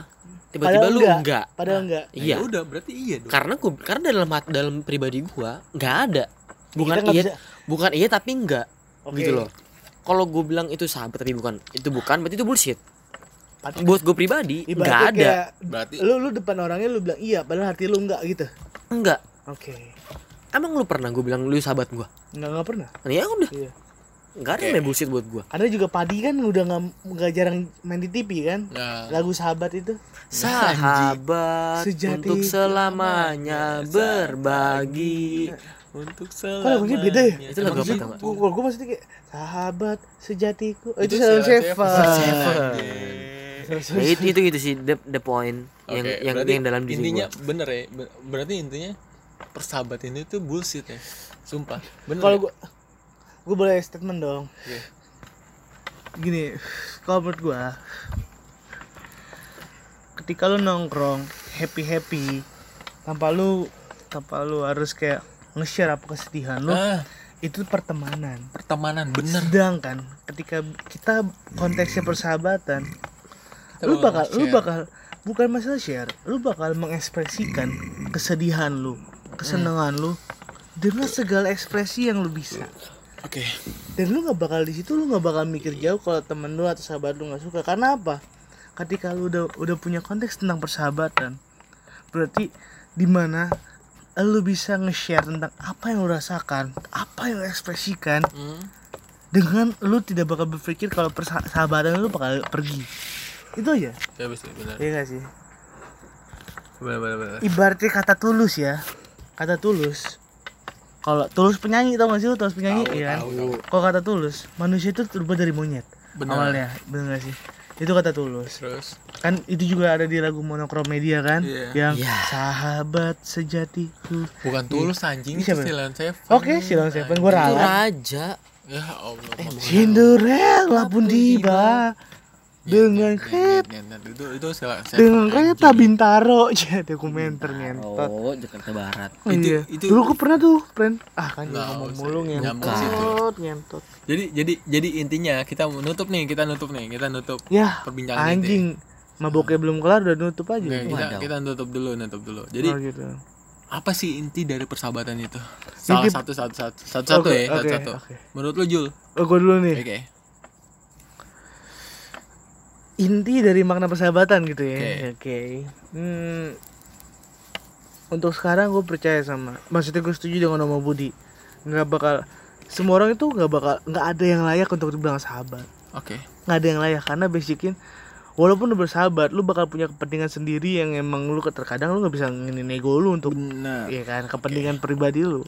[SPEAKER 3] tiba-tiba
[SPEAKER 1] gitu? Padahal
[SPEAKER 3] lu
[SPEAKER 1] enggak.
[SPEAKER 3] enggak
[SPEAKER 1] padahal enggak
[SPEAKER 2] Nah,
[SPEAKER 3] iya
[SPEAKER 2] ya udah berarti iya dong.
[SPEAKER 3] karena gua karena dalam hat- dalam pribadi gua nggak ada bukan
[SPEAKER 1] Kita nggak
[SPEAKER 3] iya
[SPEAKER 1] bisa-
[SPEAKER 3] bukan iya tapi enggak
[SPEAKER 1] Oke.
[SPEAKER 3] gitu loh kalau gua bilang itu sahabat tapi bukan itu bukan berarti itu bullshit
[SPEAKER 1] Pat-
[SPEAKER 3] buat gua pribadi nggak
[SPEAKER 1] ibaratnya
[SPEAKER 3] ada
[SPEAKER 1] kayak
[SPEAKER 2] Berarti
[SPEAKER 1] lu lu depan orangnya lu bilang iya padahal hati lu enggak gitu
[SPEAKER 3] enggak
[SPEAKER 1] oke
[SPEAKER 3] emang lu pernah gua bilang lu sahabat gua
[SPEAKER 1] enggak enggak pernah
[SPEAKER 3] Nah, ya udah
[SPEAKER 1] iya
[SPEAKER 3] nggak ada
[SPEAKER 2] Oke.
[SPEAKER 3] namanya bullshit buat gua
[SPEAKER 1] karena juga padi kan udah enggak enggak jarang main di TV kan
[SPEAKER 2] Nah,
[SPEAKER 1] lagu sahabat itu
[SPEAKER 3] Sahabat
[SPEAKER 1] Nah, Sejati.
[SPEAKER 3] untuk selamanya berbagi.
[SPEAKER 2] untuk
[SPEAKER 1] Kok
[SPEAKER 2] selamanya.
[SPEAKER 1] lagunya beda ya?
[SPEAKER 3] Itu
[SPEAKER 2] Emang
[SPEAKER 3] lagu apa tau
[SPEAKER 2] gitu.
[SPEAKER 3] nggak?
[SPEAKER 1] gua gua, gua maksudnya kayak sahabat sejatiku oh, itu
[SPEAKER 2] Itu
[SPEAKER 1] Sheldon
[SPEAKER 2] Sheldon
[SPEAKER 1] Shepherd.
[SPEAKER 2] Shepherd.
[SPEAKER 3] Ya, itu itu gitu sih the, the point yang
[SPEAKER 2] Oke,
[SPEAKER 3] yang
[SPEAKER 2] berarti
[SPEAKER 3] yang dalam diri
[SPEAKER 2] intinya
[SPEAKER 3] gua.
[SPEAKER 2] bener ya Ber- berarti intinya persahabatan itu tuh bullshit ya sumpah bener
[SPEAKER 1] kalau
[SPEAKER 2] ya?
[SPEAKER 1] gua gua boleh statement dong
[SPEAKER 2] Iya.
[SPEAKER 1] gini kalau menurut gua ketika lu nongkrong happy happy tanpa lu tanpa lu harus kayak nge-share apa kesedihan lu
[SPEAKER 2] ah
[SPEAKER 1] itu pertemanan
[SPEAKER 2] pertemanan bener
[SPEAKER 1] sedangkan ketika kita konteksnya persahabatan
[SPEAKER 2] Kita
[SPEAKER 1] lu
[SPEAKER 2] bakal
[SPEAKER 1] bakal lu
[SPEAKER 2] share.
[SPEAKER 1] bakal bukan masalah share lu bakal mengekspresikan kesedihan lu kesenangan lu dengan segala ekspresi yang lu bisa
[SPEAKER 2] oke
[SPEAKER 1] dan lu nggak bakal di situ lu nggak bakal mikir jauh kalau temen lu atau sahabat lu nggak suka karena apa ketika lu udah udah punya konteks tentang persahabatan berarti dimana lu bisa nge-share tentang apa yang lu rasakan apa yang lu ekspresikan
[SPEAKER 2] Hmm,
[SPEAKER 1] dengan lu tidak bakal berpikir kalau persahabatan lu bakal pergi itu aja
[SPEAKER 2] ya bisa bener
[SPEAKER 1] iya gak sih
[SPEAKER 2] bener bener bener
[SPEAKER 1] ibaratnya kata tulus ya kata tulus kalau tulus penyanyi tau gak sih lu tulus penyanyi
[SPEAKER 2] Tahu,
[SPEAKER 1] iya kan
[SPEAKER 2] tahu, tahu.
[SPEAKER 1] kalau kata tulus manusia itu berubah dari monyet
[SPEAKER 2] Benar.
[SPEAKER 1] awalnya bener gak sih itu kata tulus
[SPEAKER 2] terus
[SPEAKER 1] kan itu juga ada di lagu monokromedia kan
[SPEAKER 2] Iya.
[SPEAKER 1] yang
[SPEAKER 3] Iya.
[SPEAKER 1] sahabat sejatiku
[SPEAKER 2] bukan tulus anjing itu
[SPEAKER 1] Siapa?
[SPEAKER 2] Silent Seven
[SPEAKER 1] oke silon seven
[SPEAKER 2] Iya.
[SPEAKER 1] gue
[SPEAKER 3] Itu
[SPEAKER 1] ralat
[SPEAKER 3] raja.
[SPEAKER 2] ya Allah
[SPEAKER 1] Cinderella
[SPEAKER 2] Iya.
[SPEAKER 1] pun tiba dengan
[SPEAKER 2] Nyet,
[SPEAKER 1] kereta
[SPEAKER 2] nyet, nyet, nyet. iya, itu itu Silent Seven
[SPEAKER 1] dengan kereta
[SPEAKER 2] anjing.
[SPEAKER 1] bintaro ya dokumenter ngentot
[SPEAKER 3] Oh, Jakarta Barat.
[SPEAKER 2] Itu-
[SPEAKER 1] Iya.
[SPEAKER 2] itu- oh,
[SPEAKER 1] dulu gue pernah tuh, friend. Ah kan
[SPEAKER 2] Nggak
[SPEAKER 1] jangan ngomong
[SPEAKER 2] usah.
[SPEAKER 1] mulu
[SPEAKER 2] Nggak
[SPEAKER 3] mungkin.
[SPEAKER 1] ngentot, ngentot.
[SPEAKER 2] jadi jadi jadi intinya kita menutup nih kita nutup nih kita nutup
[SPEAKER 1] Yah,
[SPEAKER 2] perbincangan ya.
[SPEAKER 1] Ya,
[SPEAKER 2] ini.
[SPEAKER 1] anjing. Maboknya belum kelar udah nutup aja.
[SPEAKER 2] Oke, Iya, kita,
[SPEAKER 3] Waduh.
[SPEAKER 2] kita nutup dulu nutup dulu gitu. jadi
[SPEAKER 1] Oh, gitu.
[SPEAKER 2] apa sih inti dari persahabatan itu salah
[SPEAKER 1] Inti-
[SPEAKER 2] satu satu satu satu satu
[SPEAKER 1] Oke,
[SPEAKER 2] ya
[SPEAKER 1] oke,
[SPEAKER 2] satu
[SPEAKER 1] Iya.
[SPEAKER 2] satu
[SPEAKER 1] oke.
[SPEAKER 2] menurut lu Jul oke
[SPEAKER 1] Oh, gue dulu nih. inti dari makna persahabatan gitu ya.
[SPEAKER 2] Oke.
[SPEAKER 1] Oke. Hmm, untuk sekarang gue percaya sama. Maksudnya gue setuju dengan Om Budi. Nggak bakal semua orang itu nggak bakal nggak ada yang layak untuk dibilang sahabat.
[SPEAKER 2] Oke.
[SPEAKER 1] Nggak ada yang layak karena basicin walaupun lu bersahabat, lu bakal punya kepentingan sendiri yang emang lu terkadang lu nggak bisa ngenego lu untuk
[SPEAKER 2] Benar.
[SPEAKER 1] Iya kan kepentingan pribadi lu.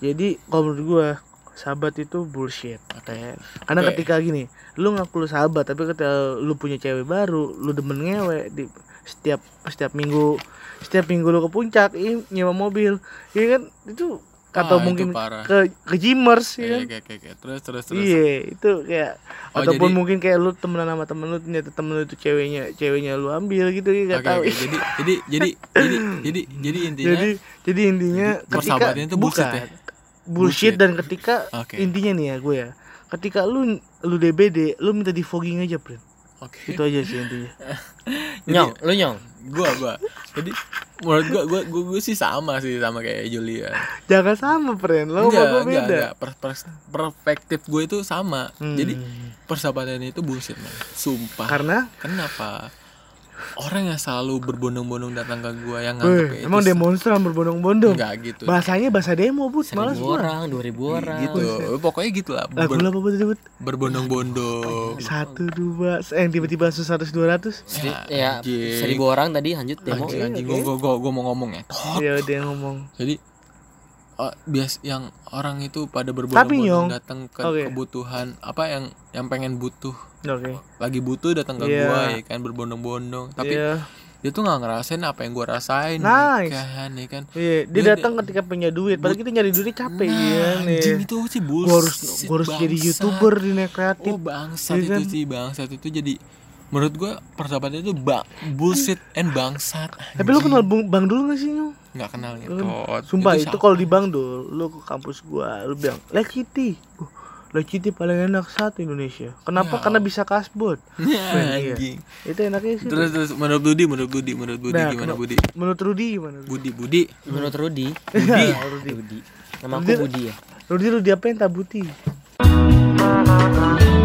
[SPEAKER 1] Jadi kalau menurut gua sahabat itu bullshit. katanya. Karena
[SPEAKER 2] Oke.
[SPEAKER 1] ketika gini, lu ngaku lu sahabat tapi ketika lu punya cewek baru, lu demen ngewe di setiap setiap minggu setiap minggu lu ke puncak, ih, nyewa mobil. Iya kan itu atau
[SPEAKER 2] Ah, itu
[SPEAKER 1] mungkin
[SPEAKER 2] parah.
[SPEAKER 1] ke ke Jimmers
[SPEAKER 2] Oke,
[SPEAKER 1] ya kan?
[SPEAKER 2] oke, oke, oke. Terus, terus, terus.
[SPEAKER 1] Iya, itu kayak
[SPEAKER 2] Oh,
[SPEAKER 1] ataupun
[SPEAKER 2] jadi-
[SPEAKER 1] mungkin kayak lu temenan sama temen lu ternyata temen lu itu ceweknya ceweknya lu ambil gitu ya
[SPEAKER 2] Oke,
[SPEAKER 1] gak tahu.
[SPEAKER 2] oke. Jadi, jadi, jadi, jadi, jadi, jadi intinya.
[SPEAKER 1] jadi jadi intinya
[SPEAKER 2] Jadi persahabatan itu bullshit ya?
[SPEAKER 1] bullshit,
[SPEAKER 2] Bullshit.
[SPEAKER 1] dan ketika
[SPEAKER 2] Oke.
[SPEAKER 1] intinya nih ya gue ya ketika lu lu DBD lu minta di fogging aja Prin
[SPEAKER 2] Oke.
[SPEAKER 1] itu aja sih intinya
[SPEAKER 6] Nyong, lu nyong.
[SPEAKER 2] Gua, gua. Jadi, menurut gua, gua, gua, gua sih sama sih sama kayak ya. Julia.
[SPEAKER 1] jangan sama Prin lo sama gue Oh, beda
[SPEAKER 2] Per- per- perspektif gue itu sama.
[SPEAKER 1] Hmm.
[SPEAKER 2] Jadi persahabatan itu bullshit, man. Sumpah.
[SPEAKER 1] karena
[SPEAKER 2] Kenapa? Orang yang selalu berbondong-bondong datang ke gue yang
[SPEAKER 1] weh,
[SPEAKER 2] nganggep itu
[SPEAKER 1] eh, emang demonstran berbondong-bondong
[SPEAKER 2] enggak gitu.
[SPEAKER 1] bahasanya bahasa demo but malas
[SPEAKER 3] Seribu
[SPEAKER 1] gue
[SPEAKER 3] orang, dua ribu orang.
[SPEAKER 2] gitu. Pokoknya gitulah
[SPEAKER 1] lagu lu
[SPEAKER 2] ber-
[SPEAKER 1] apa tadi but
[SPEAKER 2] berbondong-bondong.
[SPEAKER 1] satu dua eh, yang tiba-tiba langsung seratus dua ratus
[SPEAKER 3] Seri-
[SPEAKER 2] Ya,
[SPEAKER 3] ya,
[SPEAKER 2] anjing.
[SPEAKER 3] seribu orang tadi lanjut demo.
[SPEAKER 2] Anjing,
[SPEAKER 1] Iya,
[SPEAKER 2] anjing, gue, gue, mau ngomong ya.
[SPEAKER 1] ya udah yang ngomong
[SPEAKER 2] Jadi eh, bias yang orang itu pada
[SPEAKER 1] Tapi, Yong.
[SPEAKER 2] berbondong-bondong datang ke
[SPEAKER 1] Oke.
[SPEAKER 2] kebutuhan apa yang yang pengen butuh
[SPEAKER 1] oke
[SPEAKER 2] lagi butuh datang ke
[SPEAKER 1] Iya.
[SPEAKER 2] gua ya kan berbondong-bondong tapi
[SPEAKER 1] Iya.
[SPEAKER 2] dia tuh nggak ngerasain apa yang gua rasain
[SPEAKER 1] Nice.
[SPEAKER 2] nikahan ya kan
[SPEAKER 1] Iya, dia
[SPEAKER 2] Dia-
[SPEAKER 1] datang ketika punya duit, padahal kita nyari duit capek ya.
[SPEAKER 2] nah, anjing itu sih bullshit
[SPEAKER 1] Gua harus gua harus jadi
[SPEAKER 2] bangsat.
[SPEAKER 1] youtuber di dunia kreatif.
[SPEAKER 2] oh bangsat
[SPEAKER 1] Iya
[SPEAKER 2] itu
[SPEAKER 1] kan?
[SPEAKER 2] sih bangsat itu jadi menurut gua persahabatan itu bang bullshit and bangsat
[SPEAKER 1] Tapi lu kenal Bang, Bang Dul gak sih Nyong?
[SPEAKER 2] nggak kenal ya
[SPEAKER 1] Sumpah itu, kalau di Bang Dul, lu ke kampus gua, lu bilang, "Leciti." Uh, Leciti paling enak satu Indonesia. Kenapa?
[SPEAKER 2] Ya.
[SPEAKER 1] Karena bisa kasbon. Iya.
[SPEAKER 2] anjing
[SPEAKER 1] Itu enaknya sih.
[SPEAKER 2] terus terus menurut Budi menurut Budi menurut Budi
[SPEAKER 1] Nah,
[SPEAKER 2] gimana
[SPEAKER 1] kenapa-
[SPEAKER 2] Budi
[SPEAKER 1] Menurut Rudi gimana? Rudi?
[SPEAKER 2] Budi Budi
[SPEAKER 3] Menurut Rudi,
[SPEAKER 1] Rudi.
[SPEAKER 3] Rudi. Nama aku Budi ya.
[SPEAKER 1] Rudi Rudi apa yang tabuti?